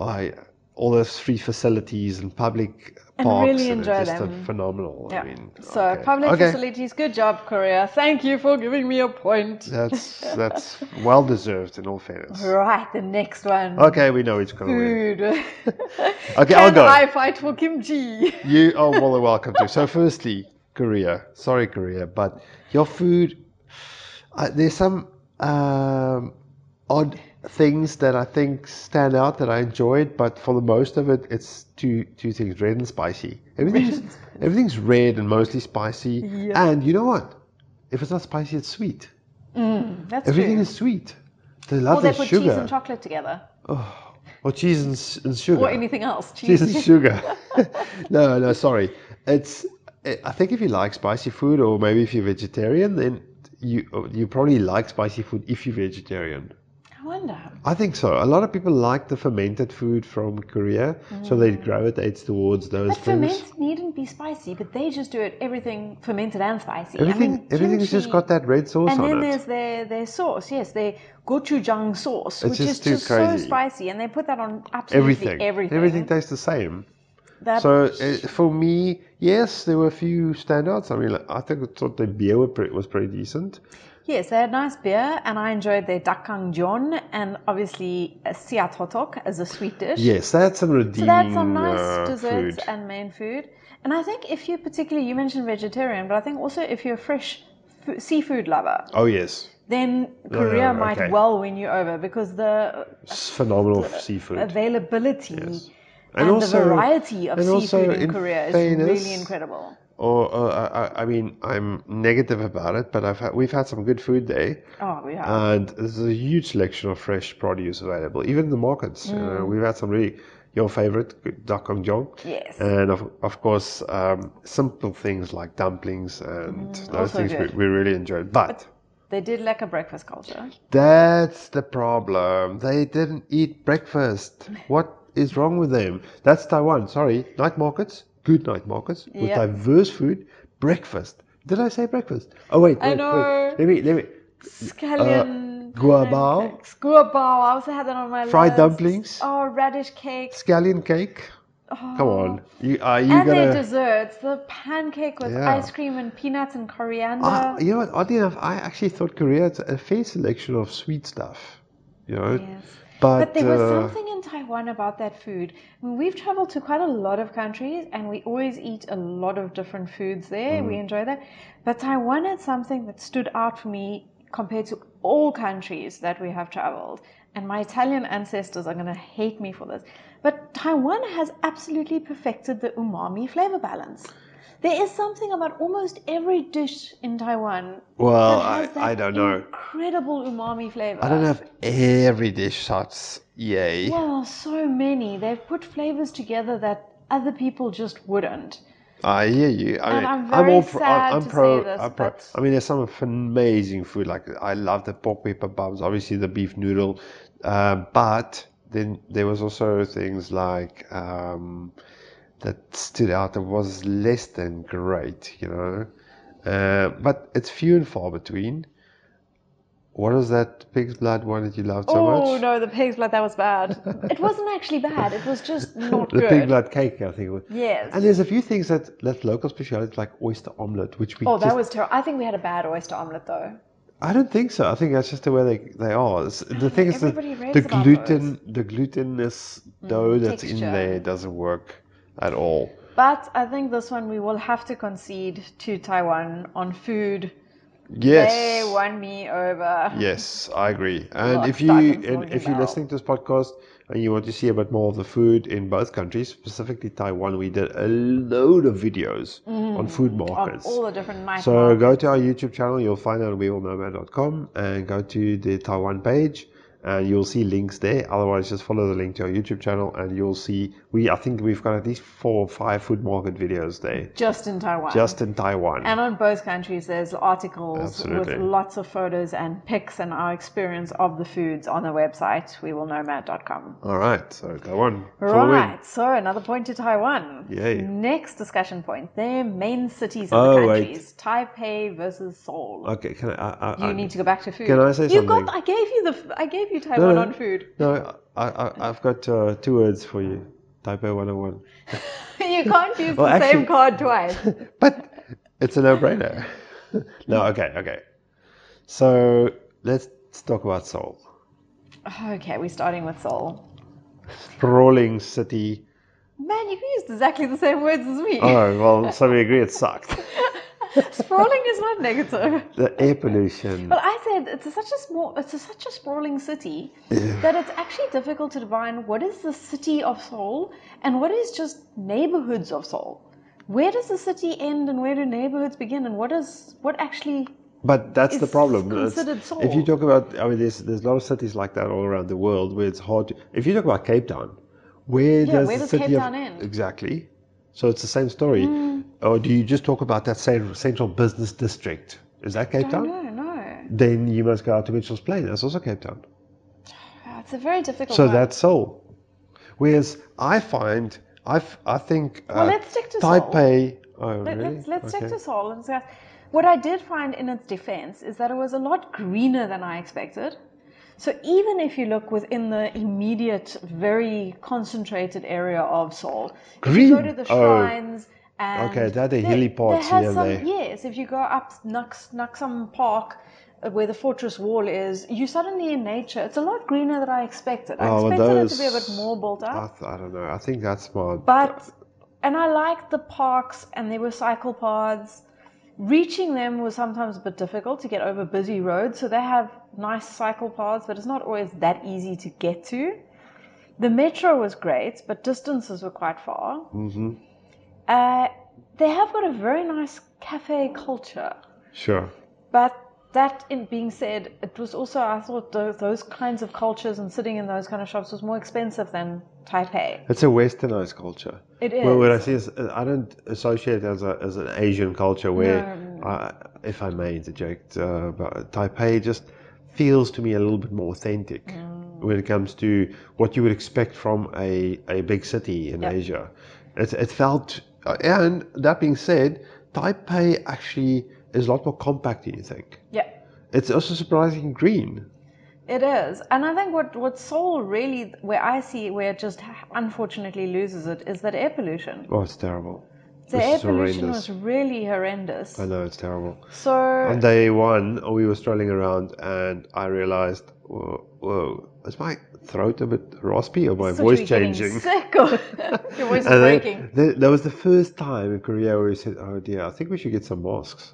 Speaker 2: I all those free facilities and public
Speaker 3: And
Speaker 2: parks.
Speaker 3: really
Speaker 2: and it's
Speaker 3: enjoy
Speaker 2: just a
Speaker 3: them.
Speaker 2: phenomenal.
Speaker 3: yeah.
Speaker 2: I mean,
Speaker 3: so
Speaker 2: okay.
Speaker 3: public
Speaker 2: Okay.
Speaker 3: facilities, good job, Korea. Thank you for giving me a point.
Speaker 2: That's that's well deserved in all fairness.
Speaker 3: Right, Hmm. the next one.
Speaker 2: Okay, we know it's gonna win.
Speaker 3: Food.
Speaker 2: Okay, I'll
Speaker 3: Can
Speaker 2: go.
Speaker 3: I fight for kimchi?
Speaker 2: You are more than welcome to. So, firstly, Korea. Sorry, Korea, but your food. Uh, there's some um, odd things that I think stand out that I enjoyed, but for the most of it, it's two two things: red and spicy. Everything's everything's red and mostly spicy.
Speaker 3: Yeah.
Speaker 2: And you know what? If it's not spicy, it's sweet.
Speaker 3: That's
Speaker 2: Everything
Speaker 3: true.
Speaker 2: is sweet. They
Speaker 3: Or
Speaker 2: love
Speaker 3: they
Speaker 2: the
Speaker 3: put
Speaker 2: sugar
Speaker 3: cheese and chocolate together,
Speaker 2: or cheese and, s- and sugar.
Speaker 3: or anything else.
Speaker 2: cheese and sugar. no, no, sorry. It's. I I think if you like spicy food, or maybe if you're vegetarian, then you you probably like spicy food if you're vegetarian.
Speaker 3: I wonder.
Speaker 2: I think so. A lot of people like the fermented food from Korea, so they gravitate towards those
Speaker 3: Mm. But
Speaker 2: things.
Speaker 3: fermented needn't be spicy, but they just do it everything fermented and spicy.
Speaker 2: Everything,
Speaker 3: I mean,
Speaker 2: everything's just
Speaker 3: kimchi-
Speaker 2: got that red sauce
Speaker 3: And
Speaker 2: on
Speaker 3: then
Speaker 2: it.
Speaker 3: there's their, their sauce, yes, their gochujang sauce, which
Speaker 2: just
Speaker 3: is
Speaker 2: too
Speaker 3: just so
Speaker 2: crazy.
Speaker 3: spicy, and they put that on absolutely
Speaker 2: Everything,
Speaker 3: everything. Everything.
Speaker 2: tastes the same.
Speaker 3: that,
Speaker 2: So uh, for me, yes, there were a few standouts. I mean, like, I think I thought the beer were pre- was pretty decent.
Speaker 3: yes, they had nice beer, and I enjoyed their dakgangjeon, and obviously uh, siatotok as a sweet dish.
Speaker 2: Yes, that's some redeeming
Speaker 3: So that's some nice
Speaker 2: uh,
Speaker 3: desserts
Speaker 2: food.
Speaker 3: and main food. And I think if you particularly, you mentioned vegetarian, but I think also if you're a fresh fu- seafood lover,
Speaker 2: Oh yes,
Speaker 3: then
Speaker 2: no,
Speaker 3: Korea
Speaker 2: Oh, no,
Speaker 3: might
Speaker 2: okay.
Speaker 3: well win you over because the
Speaker 2: it's phenomenal seafood.
Speaker 3: availability and,
Speaker 2: And also-
Speaker 3: the variety of
Speaker 2: and
Speaker 3: seafood
Speaker 2: also in
Speaker 3: in Korea
Speaker 2: fairness-
Speaker 3: is really incredible.
Speaker 2: or or I, I- I mean, I'm negative about it, but I've had, we've had some good food there,
Speaker 3: Oh, yeah.
Speaker 2: and there's a huge selection of fresh produce available, even in the markets. You
Speaker 3: Mm.
Speaker 2: know, we've had some really your favorite duck on
Speaker 3: Yes.
Speaker 2: and of, of course um, simple things like dumplings and those
Speaker 3: Mm. also
Speaker 2: things we,
Speaker 3: good.
Speaker 2: we really enjoyed. But
Speaker 3: they did lack a breakfast culture.
Speaker 2: That's the problem. They didn't eat breakfast. What is wrong with them? That's Taiwan. Sorry. Night markets, good night markets with
Speaker 3: Yeah.
Speaker 2: diverse food. Breakfast. Did I say breakfast? Oh wait,
Speaker 3: I
Speaker 2: wait,
Speaker 3: know.
Speaker 2: wait. Let me, let me.
Speaker 3: Scallion.
Speaker 2: Uh, guabao.
Speaker 3: pancakes. Guabao. I also had that on my
Speaker 2: Fried
Speaker 3: list.
Speaker 2: dumplings.
Speaker 3: Oh, radish cake.
Speaker 2: Scallion cake. Come on, you are you
Speaker 3: and
Speaker 2: gonna?
Speaker 3: their desserts, the pancake with
Speaker 2: Yeah.
Speaker 3: ice cream and peanuts and coriander.
Speaker 2: Ah, you know what? Oddly enough, I actually thought Korea had a fair selection of sweet stuff. You know,
Speaker 3: Yes.
Speaker 2: but,
Speaker 3: But there was
Speaker 2: uh,
Speaker 3: something in Taiwan about that food. I mean, we've traveled to quite a lot of countries and we always eat a lot of different foods there.
Speaker 2: Mm-hmm.
Speaker 3: We enjoy that. But Taiwan had something that stood out for me compared to all countries that we have traveled. And my Italian ancestors are going to hate me for this. But Taiwan has absolutely perfected the umami flavor balance. There is something about almost every dish in Taiwan.
Speaker 2: Well,
Speaker 3: that has
Speaker 2: I-
Speaker 3: that
Speaker 2: I don't know.
Speaker 3: Incredible umami flavor.
Speaker 2: I don't know if every dish starts yay.
Speaker 3: Well, so many. They've put flavors together that other people just wouldn't.
Speaker 2: I hear you. I
Speaker 3: And
Speaker 2: mean,
Speaker 3: I'm
Speaker 2: I'm
Speaker 3: very
Speaker 2: all pro,
Speaker 3: sad
Speaker 2: I'm, I'm
Speaker 3: to
Speaker 2: pro,
Speaker 3: say this,
Speaker 2: I'm pro.
Speaker 3: but-
Speaker 2: I mean, there's some amazing food. Like I love the pork pepper buns, obviously the beef noodle, uh, but then there was also things like um, that stood out that was less than great, you know. Uh, but it's few and far between. What is that pig's blood one that you loved so
Speaker 3: oh
Speaker 2: much?
Speaker 3: no, the pig's blood that was bad. it wasn't actually bad. It was just not
Speaker 2: The
Speaker 3: good.
Speaker 2: pig blood cake, I think. it was.
Speaker 3: Yes.
Speaker 2: And there's a few things that that local specialities like oyster omelette, which we
Speaker 3: oh,
Speaker 2: just
Speaker 3: that was terrible. I think we had a bad oyster omelette though.
Speaker 2: I don't think so. I think that's just the way they they are. It's- the thing is that
Speaker 3: everybody raves
Speaker 2: the
Speaker 3: about Mm,
Speaker 2: gluten, the glutinous dough that's in
Speaker 3: texture.
Speaker 2: there doesn't work at all.
Speaker 3: But I think this one we will have to concede to Taiwan on food.
Speaker 2: Yes.
Speaker 3: They won me over.
Speaker 2: Yes, I agree. And
Speaker 3: Lots
Speaker 2: if
Speaker 3: of
Speaker 2: you
Speaker 3: diamonds in
Speaker 2: and if
Speaker 3: the
Speaker 2: you're
Speaker 3: barrel.
Speaker 2: listening to this podcast and you want to see a bit more of the food in both countries, specifically Taiwan, we did a load of videos on food
Speaker 3: Mm, On
Speaker 2: markets.
Speaker 3: all the different night
Speaker 2: So
Speaker 3: markets.
Speaker 2: go to our YouTube channel, you'll find out at wewillnomad.com and go to the Taiwan page and you'll see links there. Otherwise just follow the link to our YouTube channel and you'll see we I think we've got at least four or five food market videos there.
Speaker 3: just in Taiwan.
Speaker 2: Just in Taiwan.
Speaker 3: And on both countries, there's articles
Speaker 2: Absolutely.
Speaker 3: with lots of photos and pics and our experience of the foods on the website, wewillnomad.com.
Speaker 2: all right, so Taiwan. for the win.
Speaker 3: Right, so another point to Taiwan.
Speaker 2: Yay.
Speaker 3: Next discussion point their main cities of
Speaker 2: Oh,
Speaker 3: the
Speaker 2: wait.
Speaker 3: countries Taipei versus Seoul.
Speaker 2: Okay, can I, I, I
Speaker 3: you need to go back to food.
Speaker 2: Can I say
Speaker 3: you
Speaker 2: something?
Speaker 3: Got, I gave you the. I gave you Taiwan
Speaker 2: no.
Speaker 3: on food.
Speaker 2: No, I, I, I've got uh, two words for you. Taipei 101.
Speaker 3: you can't use
Speaker 2: Well,
Speaker 3: the
Speaker 2: actually-
Speaker 3: same card twice.
Speaker 2: But it's a no-brainer. no, okay, okay. So let's talk about Seoul.
Speaker 3: okay, we're starting with Seoul.
Speaker 2: Sprawling city.
Speaker 3: Man, you used exactly the same words as me.
Speaker 2: Oh, well, so we agree it sucked.
Speaker 3: Sprawling is not negative.
Speaker 2: The air pollution.
Speaker 3: But I said it's such a small, it's a, such a sprawling city that it's actually difficult to define what is the city of Seoul and what is just neighborhoods of Seoul. Where does the city end and where do neighborhoods begin and what is what actually?
Speaker 2: But that's the
Speaker 3: It's
Speaker 2: problem. That's-
Speaker 3: considered Seoul.
Speaker 2: If you talk about, I mean, there's there's a lot of cities like that all around the world where it's hard. To, if you talk about Cape Town, where does
Speaker 3: where
Speaker 2: the
Speaker 3: does
Speaker 2: city
Speaker 3: Cape
Speaker 2: of
Speaker 3: Town end? Mm.
Speaker 2: exactly? So it's the same story. Or do you just talk about that same central business district? Is that Cape
Speaker 3: No,
Speaker 2: Town?
Speaker 3: no, no.
Speaker 2: Then you must go out to Mitchell's Plain. That's also Cape Town.
Speaker 3: Oh, Wow, It's a very difficult.
Speaker 2: So
Speaker 3: one.
Speaker 2: that's Seoul. Whereas I find I f- I think uh,
Speaker 3: Well, let's stick to Seoul.
Speaker 2: Taipei. Oh,
Speaker 3: Let-
Speaker 2: really?
Speaker 3: Let's, let's
Speaker 2: Okay.
Speaker 3: stick to Seoul and discuss. What I did find in its defense is that it was a lot greener than I expected. So even if you look within the immediate, very concentrated area of Seoul, if you go
Speaker 2: Green?
Speaker 3: to the
Speaker 2: Oh.
Speaker 3: shrines and
Speaker 2: Okay, they're the
Speaker 3: there-
Speaker 2: hilly parts
Speaker 3: there has
Speaker 2: here,
Speaker 3: some,
Speaker 2: they-
Speaker 3: Yes, if you go up Nux, Nuxum Park, uh, where the fortress wall is, you suddenly in nature. It's a lot greener than I expected. I
Speaker 2: Oh, well,
Speaker 3: expected it to be a
Speaker 2: those-
Speaker 3: bit more built up.
Speaker 2: I, th- I don't know. I think that's my.
Speaker 3: But and I liked the parks and there were cycle paths. Reaching them was sometimes a bit difficult to get over busy roads, so they have nice cycle paths, but it's not always that easy to get to. The metro was great, but distances were quite far.
Speaker 2: Mhm.
Speaker 3: Uh, they have got a very nice cafe culture.
Speaker 2: Sure.
Speaker 3: But that in being said, it was also, I thought tho- those kinds of cultures and sitting in those kind of shops was more expensive than Taipei.
Speaker 2: It's a westernized culture.
Speaker 3: It
Speaker 2: Well, what I
Speaker 3: is.
Speaker 2: see is uh, I don't associate as a, as an Asian culture where,
Speaker 3: No.
Speaker 2: I, if I may interject, uh, but Taipei just feels to me a little bit more authentic
Speaker 3: Mm.
Speaker 2: when it comes to what you would expect from a, a big city in
Speaker 3: Yeah.
Speaker 2: Asia. It, it felt, uh, and that being said, Taipei actually is a lot more compact than you think.
Speaker 3: Yeah.
Speaker 2: It's also surprisingly green.
Speaker 3: It is. And I think what, what Seoul really, where I see where it just unfortunately loses it, is that air pollution.
Speaker 2: Oh, it's terrible.
Speaker 3: The
Speaker 2: This
Speaker 3: air
Speaker 2: is
Speaker 3: pollution
Speaker 2: horrendous.
Speaker 3: was really horrendous.
Speaker 2: I know it's terrible.
Speaker 3: So,
Speaker 2: On day one, we were strolling around, and I realized, whoa, whoa is my throat a bit raspy or my
Speaker 3: so
Speaker 2: voice
Speaker 3: you're getting
Speaker 2: changing?
Speaker 3: Sick or your voice is
Speaker 2: And then-
Speaker 3: breaking.
Speaker 2: th- that was the first time in Korea where we said, "Oh dear, I think we should get some masks."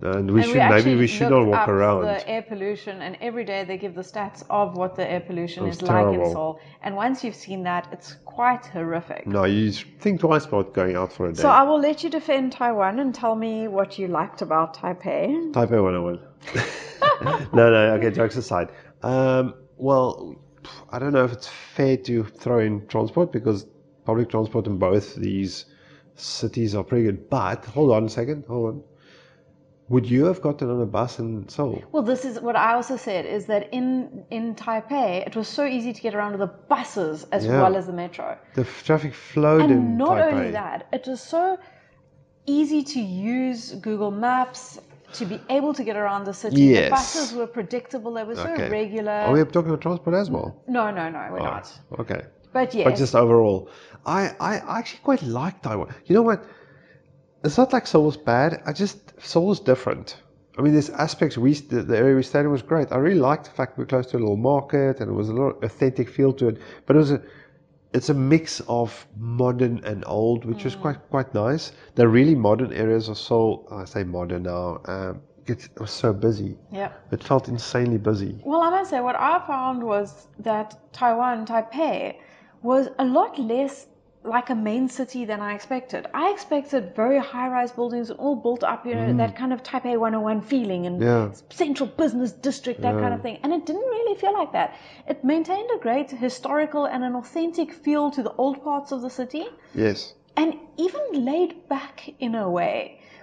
Speaker 2: And we
Speaker 3: Hmm. And
Speaker 2: should maybe
Speaker 3: actually
Speaker 2: we should
Speaker 3: looked
Speaker 2: not walk
Speaker 3: up
Speaker 2: around.
Speaker 3: The air pollution, and every day they give the stats of what the air pollution
Speaker 2: It's
Speaker 3: is like in
Speaker 2: terrible.
Speaker 3: Seoul. And once you've seen that, it's quite horrific.
Speaker 2: No, you s- think twice about going out for a day.
Speaker 3: So I will let you defend Taiwan and tell me what you liked about Taipei.
Speaker 2: Type A 101. no, no, okay, jokes aside. Um, well, pff, I don't know if it's fair to throw in transport because public transport in both these cities are pretty good. But hold on a second, hold on. Would you have gotten on a bus in Seoul?
Speaker 3: Well, this is what I also said is that in in Taipei, it was so easy to get around with the buses as
Speaker 2: Yeah.
Speaker 3: well as the metro.
Speaker 2: The f- traffic flowed in
Speaker 3: and not
Speaker 2: Taipei.
Speaker 3: only that, it was so easy to use Google Maps to be able to get around the city.
Speaker 2: Yes.
Speaker 3: The buses were predictable; they were so
Speaker 2: Okay.
Speaker 3: regular.
Speaker 2: Are we talking about transport as well?
Speaker 3: No, no, no, we're not.
Speaker 2: Okay.
Speaker 3: But yes,
Speaker 2: But just overall, I, I actually quite like Taiwan. You know what? It's not like Seoul's bad. I just Seoul's different. I mean, there's aspects we the, the area we stayed in was great. I really liked the fact we were close to a little market and it was a lot of authentic feel to it. But it was a it's a mix of modern and old, which was quite
Speaker 3: Mm.
Speaker 2: quite nice. The really modern areas of Seoul, I say modern now, um, it, it was so busy.
Speaker 3: yeah.
Speaker 2: It felt insanely busy.
Speaker 3: Well, I must say, what I found was that Taiwan, Taipei, was a lot less like a main city than I expected. I expected very high-rise buildings, all built up, you know, that kind of Taipei 101 feeling and
Speaker 2: Yeah.
Speaker 3: central business district, that kind of thing. And it didn't really feel like that. It maintained a great historical and an authentic feel to the old parts of the city.
Speaker 2: Yes.
Speaker 3: and even laid back in a way.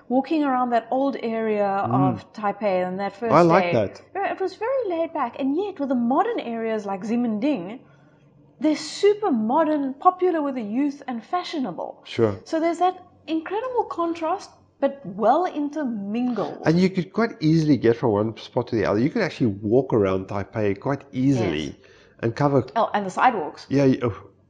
Speaker 3: Walking around that old area of Taipei on that first
Speaker 2: Mm. I like
Speaker 3: day,
Speaker 2: that.
Speaker 3: Yeah, it was very laid back. And yet, with the modern areas like Ximending, they're super modern, popular with the youth, and fashionable.
Speaker 2: Sure.
Speaker 3: So there's that incredible contrast, but well intermingled.
Speaker 2: And you could quite easily get from one spot to the other. You could actually walk around Taipei quite easily
Speaker 3: Yes.
Speaker 2: and cover.
Speaker 3: oh, and the sidewalks.
Speaker 2: Yeah. you-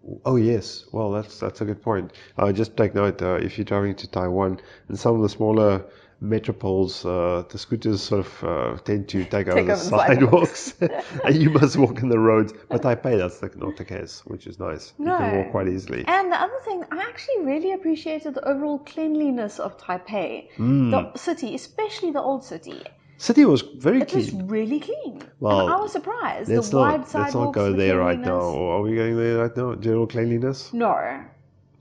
Speaker 2: Oh, oh yes. Well, that's that's a good point. Uh, just take note uh, if you're traveling to Taiwan and some of the smaller metropoles, uh, the scooters sort of uh, tend to take, over
Speaker 3: Take
Speaker 2: the
Speaker 3: over the sidewalks.
Speaker 2: sidewalks, and you must walk in the roads. But Taipei, that's the, not the case, which is nice. You can
Speaker 3: No.
Speaker 2: walk quite easily.
Speaker 3: And the other thing, I actually really appreciated the overall cleanliness of Taipei,
Speaker 2: Mm.
Speaker 3: the city, especially the old city.
Speaker 2: City was very
Speaker 3: It was
Speaker 2: clean.
Speaker 3: really clean.
Speaker 2: Well,
Speaker 3: and I was surprised.
Speaker 2: Let's
Speaker 3: the wide
Speaker 2: not
Speaker 3: sidewalks.
Speaker 2: let's not go
Speaker 3: the
Speaker 2: there right now.
Speaker 3: cleanliness.
Speaker 2: Or are we going there right now? General cleanliness.
Speaker 3: No.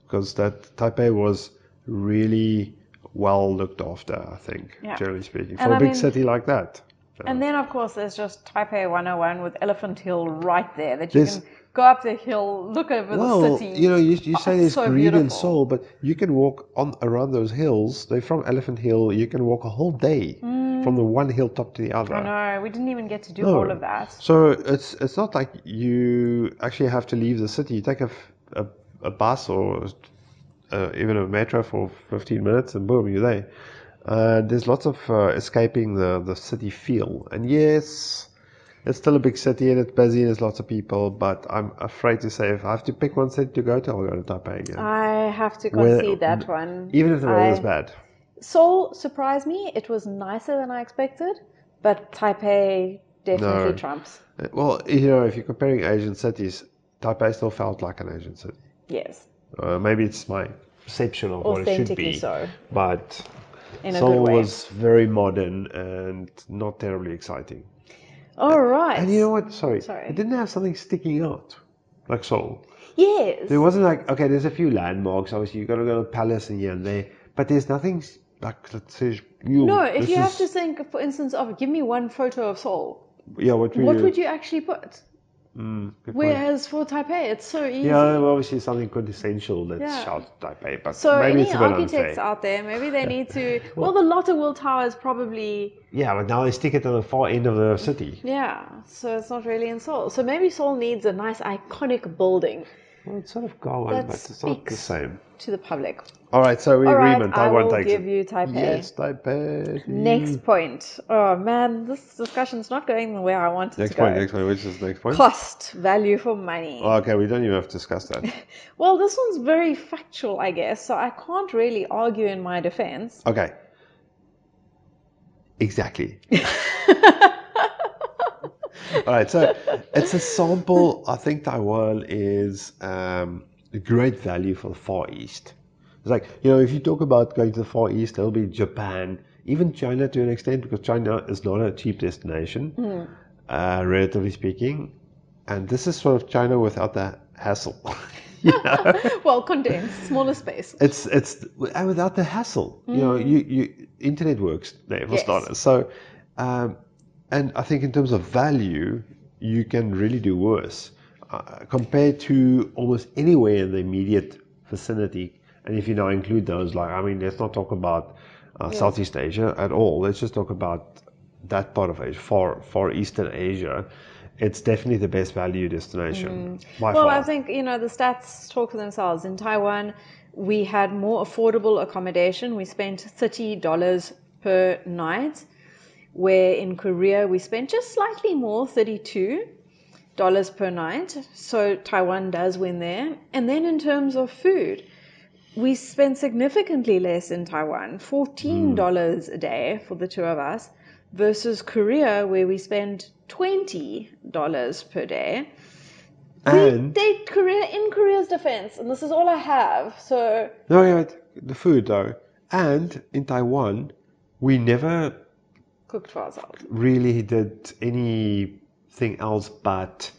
Speaker 2: because that Taipei was really well looked after, I think,
Speaker 3: Yeah.
Speaker 2: generally speaking, for
Speaker 3: And
Speaker 2: a
Speaker 3: I
Speaker 2: big
Speaker 3: mean-
Speaker 2: city like that.
Speaker 3: And then, of course, there's just Taipei 101 with Elephant Hill right there that you
Speaker 2: There's-
Speaker 3: can go up the hill, look over the
Speaker 2: Well,
Speaker 3: city.
Speaker 2: you know, you, you
Speaker 3: Oh,
Speaker 2: say
Speaker 3: it's
Speaker 2: there's
Speaker 3: so
Speaker 2: green in
Speaker 3: beautiful.
Speaker 2: Seoul, but you can walk on around those hills. They're from Elephant Hill. You can walk a whole day from the one hilltop to the other.
Speaker 3: Mm. I know, Oh, we didn't even get to do
Speaker 2: No.
Speaker 3: all of that.
Speaker 2: Oh. So it's it's not like you actually have to leave the city. You take a, f- a, a bus or uh, even a metro for 15 minutes and boom, you're there. Uh, there's lots of uh, escaping the, the city feel. And yes, it's still a big city and it's busy and there's lots of people, but I'm afraid to say if I have to pick one city to go to, I'll go to Taipei again.
Speaker 3: I have to
Speaker 2: Where-
Speaker 3: concede that one.
Speaker 2: even if the weather is
Speaker 3: Uh, I-
Speaker 2: bad.
Speaker 3: Seoul surprised me. It was nicer than I expected, but Taipei definitely
Speaker 2: No.
Speaker 3: trumps.
Speaker 2: Uh, Well, you know, if you're comparing Asian cities, Taipei still felt like an Asian city.
Speaker 3: Yes,
Speaker 2: Uh, maybe it's my perception of what it should
Speaker 3: authentically
Speaker 2: be.
Speaker 3: so,
Speaker 2: But
Speaker 3: in a
Speaker 2: Seoul
Speaker 3: good way.
Speaker 2: was very modern and not terribly exciting.
Speaker 3: all right.
Speaker 2: And you know what? Sorry,
Speaker 3: Sorry.
Speaker 2: it didn't have something sticking out like Seoul.
Speaker 3: Yes.
Speaker 2: There wasn't like okay, there's a few landmarks. Obviously, you got to go to the palace and here and there, but there's nothing s- like that says you.
Speaker 3: No, if you have to think, for instance, of give me one photo of Seoul,
Speaker 2: yeah, what,
Speaker 3: what would you actually put? Whereas for Taipei, it's so easy.
Speaker 2: Yeah, well, obviously something quintessential that's
Speaker 3: Yeah.
Speaker 2: shouted at Taipei, eh, but
Speaker 3: So
Speaker 2: maybe
Speaker 3: any
Speaker 2: it's a bit
Speaker 3: architects
Speaker 2: unfair.
Speaker 3: out there, maybe they need to. Well, the Lotte World Tower is probably
Speaker 2: Yeah, but now they stick it on the far end of the city.
Speaker 3: yeah. So it's not really in Seoul. So maybe Seoul needs a nice iconic building
Speaker 2: Well, it's sort of Gowan,
Speaker 3: That
Speaker 2: but it's not the
Speaker 3: speaks.
Speaker 2: same.
Speaker 3: to the public.
Speaker 2: All right, so we
Speaker 3: All right,
Speaker 2: agreement.
Speaker 3: I
Speaker 2: Taiwan
Speaker 3: will
Speaker 2: takes
Speaker 3: give
Speaker 2: it.
Speaker 3: you Taipei.
Speaker 2: Yes, Hmm. Mm. Taipei.
Speaker 3: Next point. Oh man, this discussion's not going the way I want it
Speaker 2: Next
Speaker 3: to go.
Speaker 2: point. Next point. Which is the next point?
Speaker 3: Cost, value for money.
Speaker 2: Oh, okay, we don't even have to discuss that.
Speaker 3: Well, this one's very factual, I guess, so I can't really argue in my defense.
Speaker 2: Okay. Exactly. All right, so it's a sample. I think Taiwan is um, a great value for the Far East. It's like, you know, if you talk about going to the Far East, it'll be Japan, even China to an extent, because China is not a cheap destination, uh, relatively speaking. And this is sort of China without the hassle. you know?
Speaker 3: Well, condensed, smaller space.
Speaker 2: it's it's and without the hassle you know you, you internet works there
Speaker 3: Mm.
Speaker 2: for
Speaker 3: Yes.
Speaker 2: starters so um, and i think in terms of value you can really do worse uh, compared to almost anywhere in the immediate vicinity and if you now include those like i mean let's not talk about uh, southeast asia at all let's just talk about that part of asia far far eastern asia it's definitely the best value destination by
Speaker 3: Mm. Well,
Speaker 2: far
Speaker 3: I think, you know, the stats talk for themselves. In Taiwan, we had more affordable accommodation. We spent $30 per night, where in Korea, we spent just slightly more, $32 per night. So Taiwan does win there. And then in terms of food, we spent significantly less in Taiwan, $14 a day for the two of us, versus Korea, where we spend $20 per day.
Speaker 2: and
Speaker 3: They Korea in Korea's defense, and this is all I have. So
Speaker 2: No, yeah, but the food though, and in Taiwan, we never
Speaker 3: cooked for ourselves.
Speaker 2: really did anything else but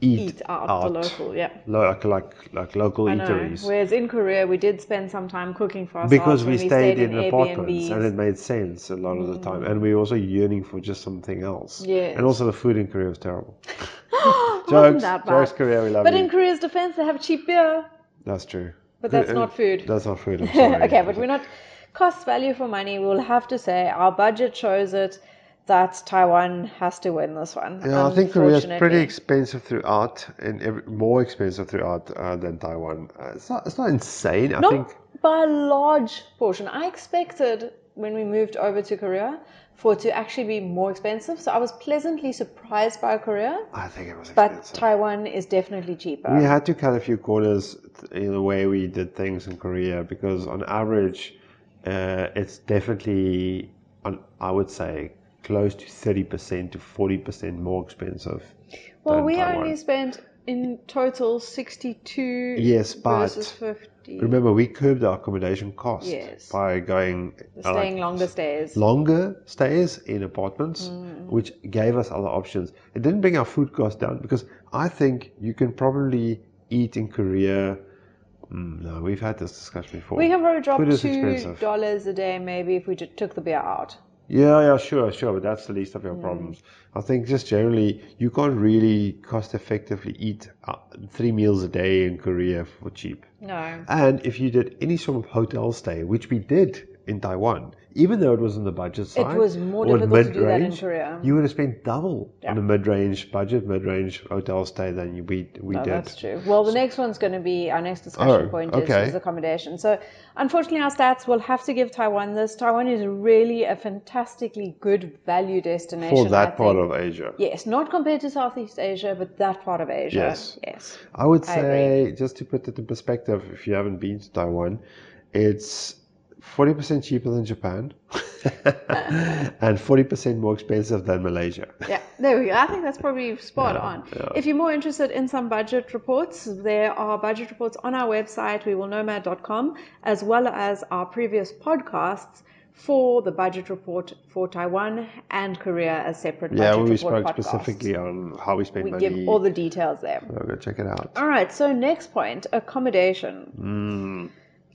Speaker 2: eat,
Speaker 3: Eat out, the local, yeah.
Speaker 2: Lo- like like like local
Speaker 3: I know.
Speaker 2: eateries.
Speaker 3: Whereas in Korea, we did spend some time cooking for ourselves
Speaker 2: Because
Speaker 3: when
Speaker 2: we stayed in, apartments
Speaker 3: Airbnbs.
Speaker 2: and it made sense a lot of the time, and we were also yearning for just something else.
Speaker 3: Yes.
Speaker 2: And also the food in Korea was terrible.
Speaker 3: It wasn't
Speaker 2: Jokes,
Speaker 3: that bad.
Speaker 2: jokes, Korea, we love
Speaker 3: But
Speaker 2: you.
Speaker 3: in Korea's defense, they have cheap beer.
Speaker 2: that's true.
Speaker 3: But that's
Speaker 2: Uh,
Speaker 3: not food.
Speaker 2: That's not food. I'm sorry.
Speaker 3: okay, but we're not cost value for money. We'll have to say our budget shows it that Taiwan has to win this one.
Speaker 2: Yeah, I think Korea is pretty
Speaker 3: unfortunately.
Speaker 2: expensive throughout, and every, more expensive throughout uh, than Taiwan. Uh, it's not, it's not insane. I
Speaker 3: Not
Speaker 2: think
Speaker 3: by a large portion. I expected when we moved over to Korea for it to actually be more expensive. So I was pleasantly surprised by Korea,
Speaker 2: I think it was
Speaker 3: but
Speaker 2: expensive.
Speaker 3: Taiwan is definitely cheaper.
Speaker 2: we had to cut a few corners th- in the way we did things in Korea because, on average, uh, it's definitely, on, I would say, close to thirty percent to forty percent more expensive.
Speaker 3: well,
Speaker 2: than
Speaker 3: we
Speaker 2: Taiwan.
Speaker 3: only spent in total 62
Speaker 2: Yes, but
Speaker 3: versus 50.
Speaker 2: Remember, we curbed our accommodation cost
Speaker 3: Yes.
Speaker 2: by going uh, like,
Speaker 3: staying longer stays.
Speaker 2: longer stays in apartments, which gave us other options. It didn't bring our food costs down because I think you can probably eat in Korea. Mm, no, we've had this discussion before.
Speaker 3: we can probably drop
Speaker 2: Food is
Speaker 3: $2
Speaker 2: expensive.
Speaker 3: a day maybe if we just took the beer out.
Speaker 2: Yeah, yeah, sure, sure, but that's the least of your problems. I think just generally, you can't really cost effectively eat uh, three meals a day in Korea for cheap.
Speaker 3: No.
Speaker 2: And if you did any sort of hotel stay, which we did in Taiwan, even though it was on the budget side,
Speaker 3: was more
Speaker 2: or
Speaker 3: difficult to do that in
Speaker 2: mid-range,
Speaker 3: Korea.
Speaker 2: You would have spent double on
Speaker 3: Yeah.
Speaker 2: a mid-range budget, mid-range hotel stay than you, we we
Speaker 3: No,
Speaker 2: did.
Speaker 3: Oh, that's true. Well, the next one's going to be our next discussion
Speaker 2: Oh,
Speaker 3: point
Speaker 2: okay.
Speaker 3: is, is accommodation. So, unfortunately, our stats will have to give Taiwan this. Taiwan is really a fantastically good value destination
Speaker 2: For that
Speaker 3: I
Speaker 2: part
Speaker 3: think.
Speaker 2: of Asia,
Speaker 3: Yes, not compared to Southeast Asia, but that part of Asia.
Speaker 2: Yes.
Speaker 3: Yes.
Speaker 2: I would
Speaker 3: I
Speaker 2: say just to put it in perspective, if you haven't been to Taiwan, it's forty percent cheaper than Japan, and forty percent more expensive than Malaysia.
Speaker 3: Yeah, there we go. I think that's probably spot on. If you're more interested in some budget reports, there are budget reports on our website, wewillnomad.com, as well as our previous podcasts for the budget report for Taiwan and Korea as separate budget
Speaker 2: Yeah,
Speaker 3: report
Speaker 2: we spoke
Speaker 3: podcasts.
Speaker 2: specifically on how we spend
Speaker 3: We
Speaker 2: money.
Speaker 3: give all the details there.
Speaker 2: So go check it out.
Speaker 3: All right, so next point accommodation.
Speaker 2: Hmm.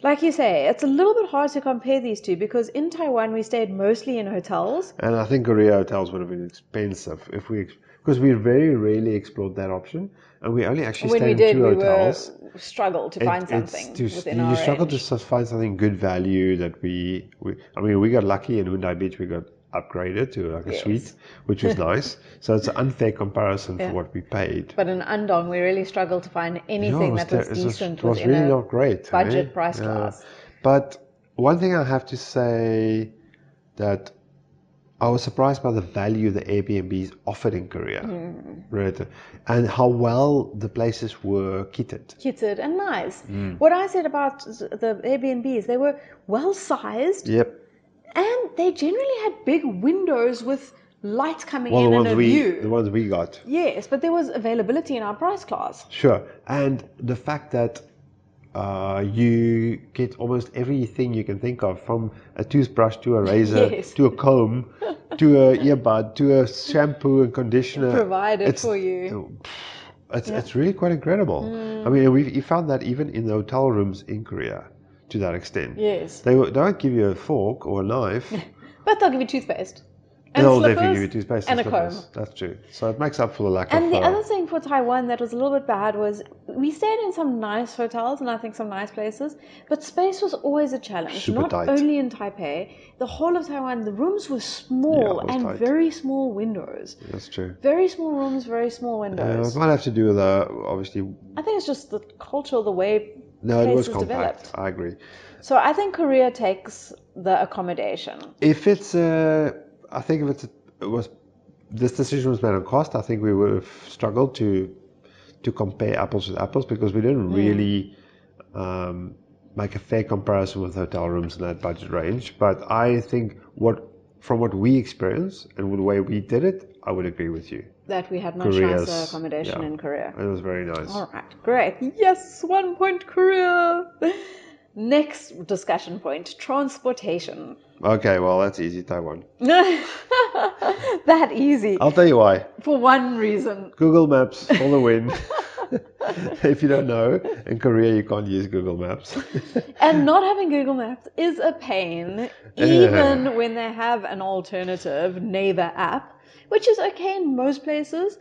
Speaker 3: Like you say, it's a little bit hard to compare these two because in Taiwan we stayed mostly in hotels.
Speaker 2: And I think Korea hotels would have been expensive if we, because we very rarely explored that option, and we only actually
Speaker 3: when
Speaker 2: stayed
Speaker 3: we did,
Speaker 2: in two
Speaker 3: we
Speaker 2: hotels.
Speaker 3: were struggled to
Speaker 2: It-
Speaker 3: find
Speaker 2: it's
Speaker 3: something
Speaker 2: to-
Speaker 3: within
Speaker 2: you
Speaker 3: our
Speaker 2: struggle
Speaker 3: range.
Speaker 2: to s- find something good value that we, we. I mean, we got lucky in Hyundai Beach. We got upgraded to like a
Speaker 3: Yes.
Speaker 2: suite, which was nice. So it's an unfair comparison
Speaker 3: Yeah.
Speaker 2: for what we paid.
Speaker 3: But in Undong, we really struggled to find anything
Speaker 2: it was
Speaker 3: that was
Speaker 2: ter- it was-
Speaker 3: decent
Speaker 2: it was
Speaker 3: within
Speaker 2: really
Speaker 3: a
Speaker 2: not great eh?
Speaker 3: budget price
Speaker 2: Yeah.
Speaker 3: class.
Speaker 2: But one thing I have to say that I was surprised by the value the Airbnbs offered in Korea, relative, and how well the places were kitted.
Speaker 3: kitted and nice.
Speaker 2: Mm.
Speaker 3: What I said about the Airbnbs, they were well sized
Speaker 2: Yep.
Speaker 3: and they generally had big windows with light coming
Speaker 2: Well,
Speaker 3: in
Speaker 2: the
Speaker 3: and
Speaker 2: ones
Speaker 3: a
Speaker 2: we the
Speaker 3: view.
Speaker 2: ones we got.
Speaker 3: Yes, but there was availability in our price class.
Speaker 2: Sure, and the fact that uh, you get almost everything you can think of, from a toothbrush to a razor
Speaker 3: Yes.
Speaker 2: to a comb to a earbud to a shampoo and conditioner
Speaker 3: Provided
Speaker 2: It's- oh,
Speaker 3: for you. Mm.
Speaker 2: It's it's really quite incredible. I mean, we you found that even in the hotel rooms in Korea, to that extent.
Speaker 3: Yes.
Speaker 2: They will- they won't give you a fork or a knife.
Speaker 3: But they'll give you toothpaste. And
Speaker 2: They'll
Speaker 3: slippers
Speaker 2: definitely give you toothpaste
Speaker 3: and a
Speaker 2: slippers.
Speaker 3: comb.
Speaker 2: That's true. So it makes up for the lack of.
Speaker 3: And the
Speaker 2: uh,
Speaker 3: other thing for Taiwan that was a little bit bad was we stayed in some nice hotels and I think some nice places, but space was always a challenge.
Speaker 2: Super
Speaker 3: Not
Speaker 2: tight.
Speaker 3: only in Taipei, the whole of Taiwan, the rooms were small
Speaker 2: Yeah, it was
Speaker 3: and
Speaker 2: tight.
Speaker 3: very small windows.
Speaker 2: That's true.
Speaker 3: Very small rooms, very small
Speaker 2: Uh,
Speaker 3: windows.
Speaker 2: it might have to do with uh, obviously
Speaker 3: I think it's just the culture, the way.
Speaker 2: no, it was
Speaker 3: places
Speaker 2: compact.
Speaker 3: developed.
Speaker 2: I agree.
Speaker 3: So I think Korea takes the accommodation.
Speaker 2: If it's uh, I think if it's it was this decision was made on cost, I think we would have struggled to to compare apples with apples because we
Speaker 3: Hmm.
Speaker 2: didn't really um, make a fair comparison with hotel rooms in that budget range. But I think what from what we experienced and the way we did it, I would agree with you.
Speaker 3: That we had much
Speaker 2: Korea's-
Speaker 3: nicer accommodation
Speaker 2: yeah.
Speaker 3: in Korea.
Speaker 2: It was very nice.
Speaker 3: All right, great. Yes, one point Korea. Next discussion point transportation.
Speaker 2: Okay, well that's easy, Taiwan.
Speaker 3: that easy
Speaker 2: I'll tell you why.
Speaker 3: for one reason.
Speaker 2: Google Maps for the win. if you don't know, in Korea you can't use Google Maps.
Speaker 3: And not having Google Maps is a pain, even when they have an alternative Naver app, which is okay in most places.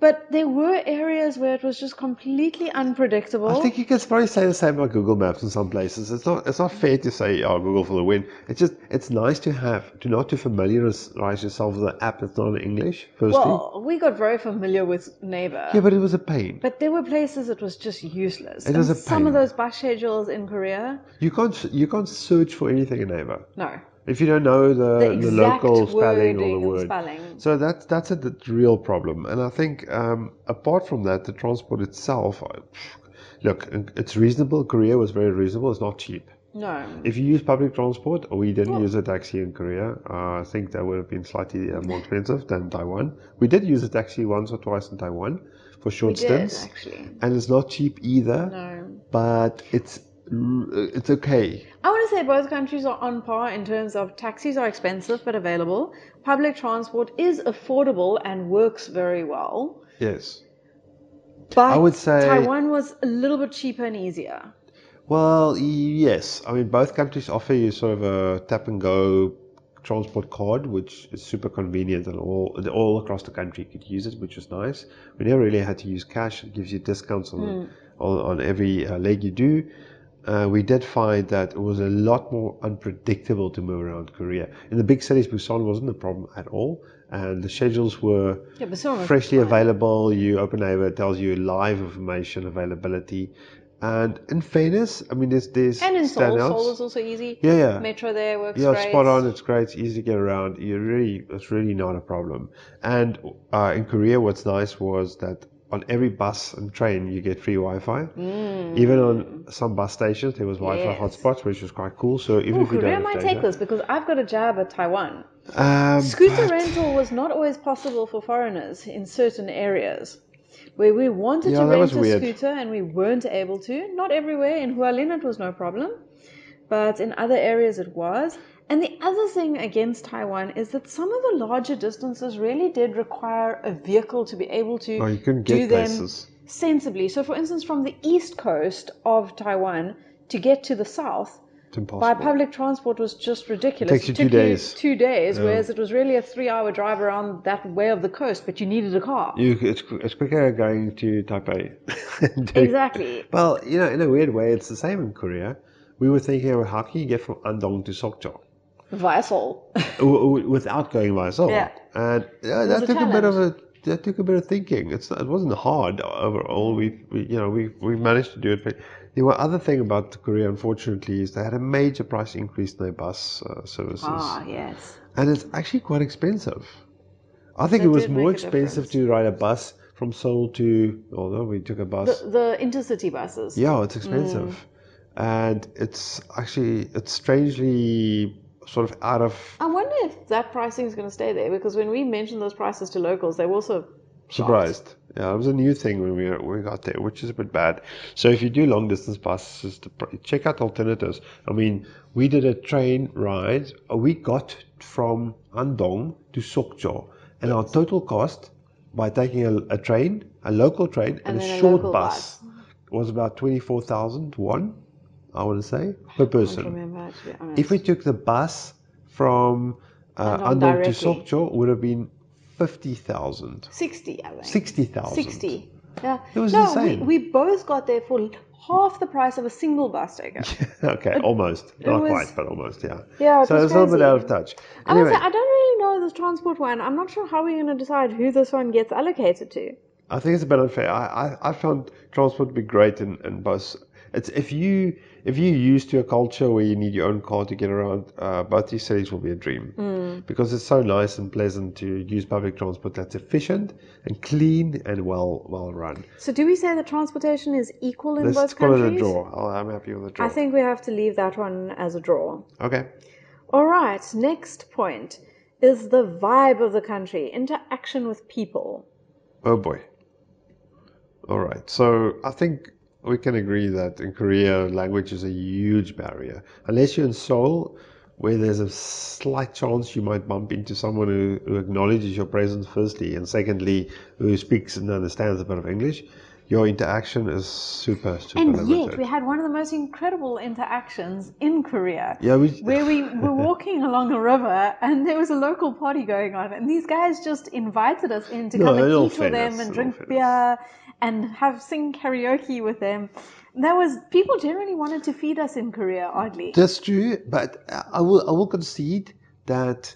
Speaker 3: But there were areas where it was just completely unpredictable.
Speaker 2: I think you can probably say the same about Google Maps in some places. It's not it's not fair to say oh Google for the win. It's just it's nice to have to not to familiarize yourself with an app that's not in English. Firstly,
Speaker 3: well, we got very familiar with Naver.
Speaker 2: yeah, but it was a pain.
Speaker 3: But there were places it was just useless.
Speaker 2: It was
Speaker 3: And
Speaker 2: a
Speaker 3: Some of
Speaker 2: pain.
Speaker 3: those bus schedules in Korea,
Speaker 2: You can't you can't search for anything in Naver
Speaker 3: no.
Speaker 2: if you don't know the,
Speaker 3: The
Speaker 2: the,
Speaker 3: exact
Speaker 2: local
Speaker 3: wording
Speaker 2: spelling or
Speaker 3: and
Speaker 2: the word.
Speaker 3: spelling.
Speaker 2: So that's that's a d- real problem. And I think um, apart from that, the transport itself, I- look, it's reasonable. Korea was very reasonable. It's not cheap.
Speaker 3: No.
Speaker 2: If you use public transport, we didn't use a taxi in Korea. Uh, I think that would have been slightly uh, more expensive than Taiwan. We did use a taxi once or twice in Taiwan for short
Speaker 3: We did,
Speaker 2: stints,
Speaker 3: actually.
Speaker 2: and it's not cheap either.
Speaker 3: No.
Speaker 2: But it's it's okay.
Speaker 3: I want to say both countries are on par in terms of taxis are expensive but available. Public transport is affordable and works very well.
Speaker 2: Yes.
Speaker 3: But
Speaker 2: I would say-
Speaker 3: Taiwan was a little bit cheaper and easier.
Speaker 2: Well, yes. I mean, both countries offer you sort of a tap and go transport card, which is super convenient, and all and all across the country could use it, which was nice. We never really had to use cash. It gives you discounts on on, on every uh, leg you do. Uh, we did find that it was a lot more unpredictable to move around Korea. In the big cities, Busan wasn't a problem at all, and the schedules were
Speaker 3: Yeah, but some of it-
Speaker 2: freshly available. You open over, it tells you live information availability. And in fairness, I mean, there's there's
Speaker 3: And in Seoul,
Speaker 2: standouts.
Speaker 3: Seoul was also easy.
Speaker 2: Yeah, yeah.
Speaker 3: Metro there works
Speaker 2: yeah,
Speaker 3: great.
Speaker 2: spot on. It's great. It's easy to get around. You really, it's really not a problem. And uh, in Korea, what's nice was that on every bus and train you get free Wi-Fi. Even on some bus stations, there was Wi-Fi
Speaker 3: Mm. Yes.
Speaker 2: hotspots, which was quite cool. So even
Speaker 3: Ooh,
Speaker 2: if you
Speaker 3: Korea
Speaker 2: don't
Speaker 3: might
Speaker 2: have
Speaker 3: take
Speaker 2: data-
Speaker 3: this because I've got a jab at Taiwan.
Speaker 2: Um,
Speaker 3: Scooter
Speaker 2: but-
Speaker 3: rental was not always possible for foreigners in certain areas. Where we wanted
Speaker 2: Yeah,
Speaker 3: to
Speaker 2: that
Speaker 3: rent
Speaker 2: was
Speaker 3: a
Speaker 2: weird.
Speaker 3: scooter and we weren't able to. Not everywhere. In Hualien it was no problem, but in other areas it was. And the other thing against Taiwan is that some of the larger distances really did require a vehicle to be able to
Speaker 2: Oh, you couldn't
Speaker 3: do
Speaker 2: get
Speaker 3: them
Speaker 2: places.
Speaker 3: sensibly. So, for instance, from the east coast of Taiwan to get to the south,
Speaker 2: It's impossible.
Speaker 3: by public transport was just ridiculous.
Speaker 2: Takes you
Speaker 3: took
Speaker 2: two days.
Speaker 3: Two days, whereas it was really a three-hour drive around that way of the coast, but you needed a car.
Speaker 2: You, it's, it's quicker going to Taipei.
Speaker 3: Exactly.
Speaker 2: Well, you know, in a weird way, it's the same in Korea. We were thinking about how can you get from Andong to Sokcho?
Speaker 3: Vysol.
Speaker 2: w- w- without going myself.
Speaker 3: Yeah.
Speaker 2: And yeah,
Speaker 3: was
Speaker 2: that
Speaker 3: a
Speaker 2: took a bit of a that took a bit of thinking. It's it wasn't hard overall. We, we you know we we managed to do it. But the one other thing about Korea, unfortunately, is they had a major price increase in their bus uh, services,
Speaker 3: Ah, yes.
Speaker 2: and it's actually quite expensive. I think
Speaker 3: That
Speaker 2: it was
Speaker 3: did
Speaker 2: more
Speaker 3: make a
Speaker 2: expensive to ride a bus from Seoul to although we took a bus.
Speaker 3: The, the intercity buses.
Speaker 2: Yeah, it's expensive,
Speaker 3: Mm.
Speaker 2: and it's actually it's strangely sort of out of
Speaker 3: I wonder if that pricing is going to stay there because when we mentioned those prices to locals, they were also
Speaker 2: Surprised. Yeah, it was a new thing when we we got there, which is a bit bad. So if you do long distance buses, to pr- check out alternatives. I mean, we did a train ride. uh, We got from Andong to Sokcho, and our total cost by taking a, a train, a local train, and,
Speaker 3: And
Speaker 2: a
Speaker 3: then a
Speaker 2: short
Speaker 3: local
Speaker 2: bus was about twenty four thousand won, I want to say, per
Speaker 3: I don't
Speaker 2: person.
Speaker 3: remember, to be honest.
Speaker 2: If we took the bus from uh,
Speaker 3: Andong
Speaker 2: Andong to
Speaker 3: directly.
Speaker 2: Sokcho, it would have been fifty thousand.
Speaker 3: 60, I think.
Speaker 2: Sixty thousand.
Speaker 3: 60. Yeah.
Speaker 2: It was
Speaker 3: no,
Speaker 2: insane.
Speaker 3: We, we both got there for half the price of a single bus ticket.
Speaker 2: okay, almost. Not
Speaker 3: was-
Speaker 2: quite, but almost, yeah.
Speaker 3: Yeah, it
Speaker 2: so
Speaker 3: was
Speaker 2: it's a little bit
Speaker 3: crazy.
Speaker 2: out of touch.
Speaker 3: I must
Speaker 2: Anyway,
Speaker 3: say, I don't really know this transport one. I'm not sure how we're going to decide who this one gets allocated to.
Speaker 2: I think it's a bit unfair. I, I, I found transport to be great in, in bus. It's if you if you're used to a culture where you need your own car to get around, uh, both these cities will be a dream
Speaker 3: Hmm.
Speaker 2: because it's so nice and pleasant to use public transport that's efficient and clean and well well run.
Speaker 3: So, do we say that transportation is equal in
Speaker 2: Let's
Speaker 3: both
Speaker 2: call
Speaker 3: countries?
Speaker 2: it a draw. I'll, I'm happy with a draw.
Speaker 3: I think we have to leave that one as a draw.
Speaker 2: okay.
Speaker 3: All right, next point is the vibe of the country, interaction with people.
Speaker 2: Oh boy. All right. So I think we can agree that in Korea, language is a huge barrier. Unless you're in Seoul, where there's a slight chance you might bump into someone who, who acknowledges your presence, firstly, and secondly, who speaks and understands a bit of English, your interaction is super, super
Speaker 3: And yet,
Speaker 2: limited.
Speaker 3: we had one of the most incredible interactions in Korea.
Speaker 2: yeah, we,
Speaker 3: Where we were walking along a river and there was a local party going on, and these guys just invited us in to
Speaker 2: No,
Speaker 3: come
Speaker 2: in
Speaker 3: and
Speaker 2: all
Speaker 3: eat with
Speaker 2: fairness,
Speaker 3: them
Speaker 2: in all
Speaker 3: and drink
Speaker 2: fairness.
Speaker 3: beer and have sing karaoke with them. That was people generally wanted to feed us in Korea, oddly.
Speaker 2: That's true, but I will I will concede that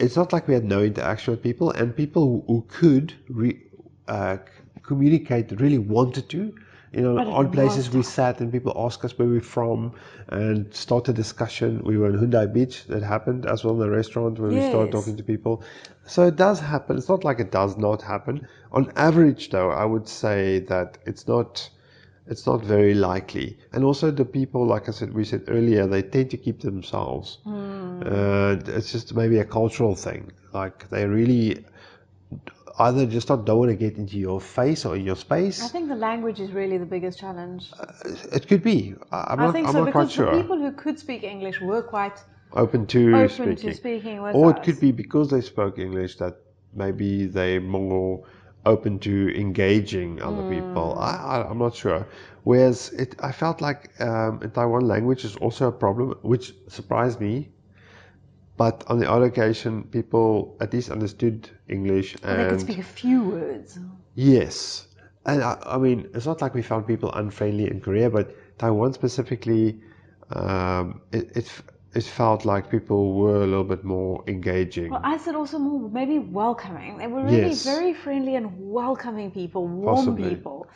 Speaker 2: it's not like we had no interaction with people, and people who could re, uh, communicate really wanted to. You know,
Speaker 3: But it
Speaker 2: odd places
Speaker 3: was
Speaker 2: we sat and people asked us where we're from and start a discussion. We were in Hyundai Beach, that happened as well in the restaurant where we
Speaker 3: Yes.
Speaker 2: started talking to people. So it does happen. It's not like it does not happen. On average, though, I would say that it's not it's not very likely. And also the people, like I said, we said earlier, they tend to keep to themselves. Uh, it's just maybe a cultural thing. Like they really either just not don't want to get into your face or in your
Speaker 3: I
Speaker 2: space.
Speaker 3: think the language is really the biggest challenge.
Speaker 2: It could be. I- I'm
Speaker 3: I
Speaker 2: not.
Speaker 3: think
Speaker 2: I'm
Speaker 3: so
Speaker 2: not quite
Speaker 3: because
Speaker 2: sure.
Speaker 3: the people who could speak English were quite
Speaker 2: Open to
Speaker 3: open
Speaker 2: speaking.
Speaker 3: to speaking with
Speaker 2: or
Speaker 3: us.
Speaker 2: it could be because they spoke English that maybe they're more open to engaging other
Speaker 3: Hmm.
Speaker 2: people. I, I, I'm not sure. Whereas it, I felt like um, in Taiwan language is also a problem, which surprised me. But on the other occasion, people at least understood English
Speaker 3: and they could
Speaker 2: and
Speaker 3: speak a few words.
Speaker 2: Yes. And I, I mean, it's not like we found people unfriendly in Korea, but Taiwan specifically, um, it, it, f- it felt like people were a little bit more engaging.
Speaker 3: Well, I said also more maybe welcoming. They were really
Speaker 2: Yes.
Speaker 3: very friendly and welcoming people, warm
Speaker 2: Possibly.
Speaker 3: people.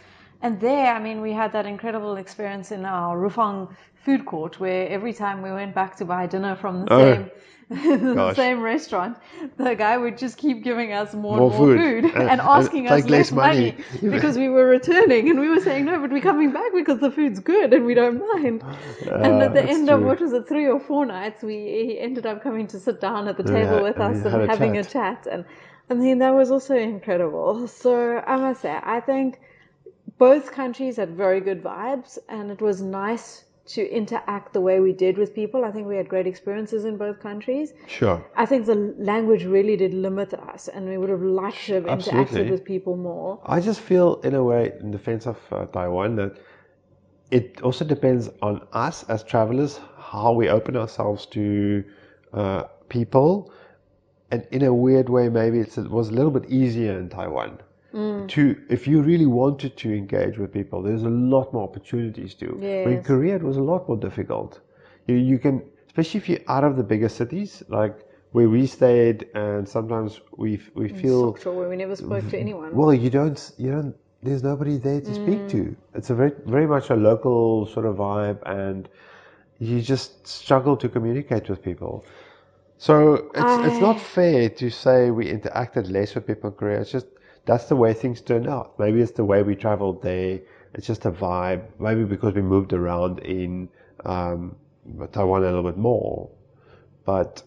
Speaker 3: And there, I mean, we had that incredible experience in our Rufang food court where every time we went back to buy dinner from the
Speaker 2: Oh,
Speaker 3: same the
Speaker 2: gosh.
Speaker 3: same restaurant, the guy would just keep giving us more
Speaker 2: More
Speaker 3: and more
Speaker 2: food.
Speaker 3: food,
Speaker 2: And-
Speaker 3: and,
Speaker 2: and
Speaker 3: asking us
Speaker 2: take less
Speaker 3: less
Speaker 2: money.
Speaker 3: money because we were returning and we were saying, no, but we're coming back because the food's good and we don't mind. and
Speaker 2: Uh,
Speaker 3: at the
Speaker 2: that's
Speaker 3: end of
Speaker 2: true.
Speaker 3: what was it, three or four nights, we he ended up coming to sit down at the
Speaker 2: we
Speaker 3: table
Speaker 2: had-
Speaker 3: with
Speaker 2: and we
Speaker 3: us
Speaker 2: had
Speaker 3: and
Speaker 2: a
Speaker 3: having a chat and I mean that was also incredible. So I must say I think both countries had very good vibes and it was nice to interact the way we did with people. I think we had great experiences in both countries.
Speaker 2: Sure.
Speaker 3: I think the language really did limit us and we would have liked to have
Speaker 2: Absolutely.
Speaker 3: interacted with people more.
Speaker 2: I just feel, in a way, in defense of uh, Taiwan, that it also depends on us as travelers how we open ourselves to uh, people. And in a weird way, maybe it's, it was a little bit easier in Taiwan. To if you really wanted to engage with people, there's a lot more opportunities to. But in
Speaker 3: Yes.
Speaker 2: Korea, it was a lot more difficult. You, you can especially if you're out of the bigger cities, like where we stayed, and sometimes we f- we feel
Speaker 3: Sure, where we never spoke to anyone.
Speaker 2: well, you don't s- you don't there's nobody there to speak
Speaker 3: Mm.
Speaker 2: to. It's a very very much a local sort of vibe, and you just struggle to communicate with people. So it's it's not fair to say we interacted less with people in Korea. It's just that's the way things turned out. Maybe it's the way we traveled there. It's just a vibe. Maybe because we moved around in um, Taiwan a little bit more, but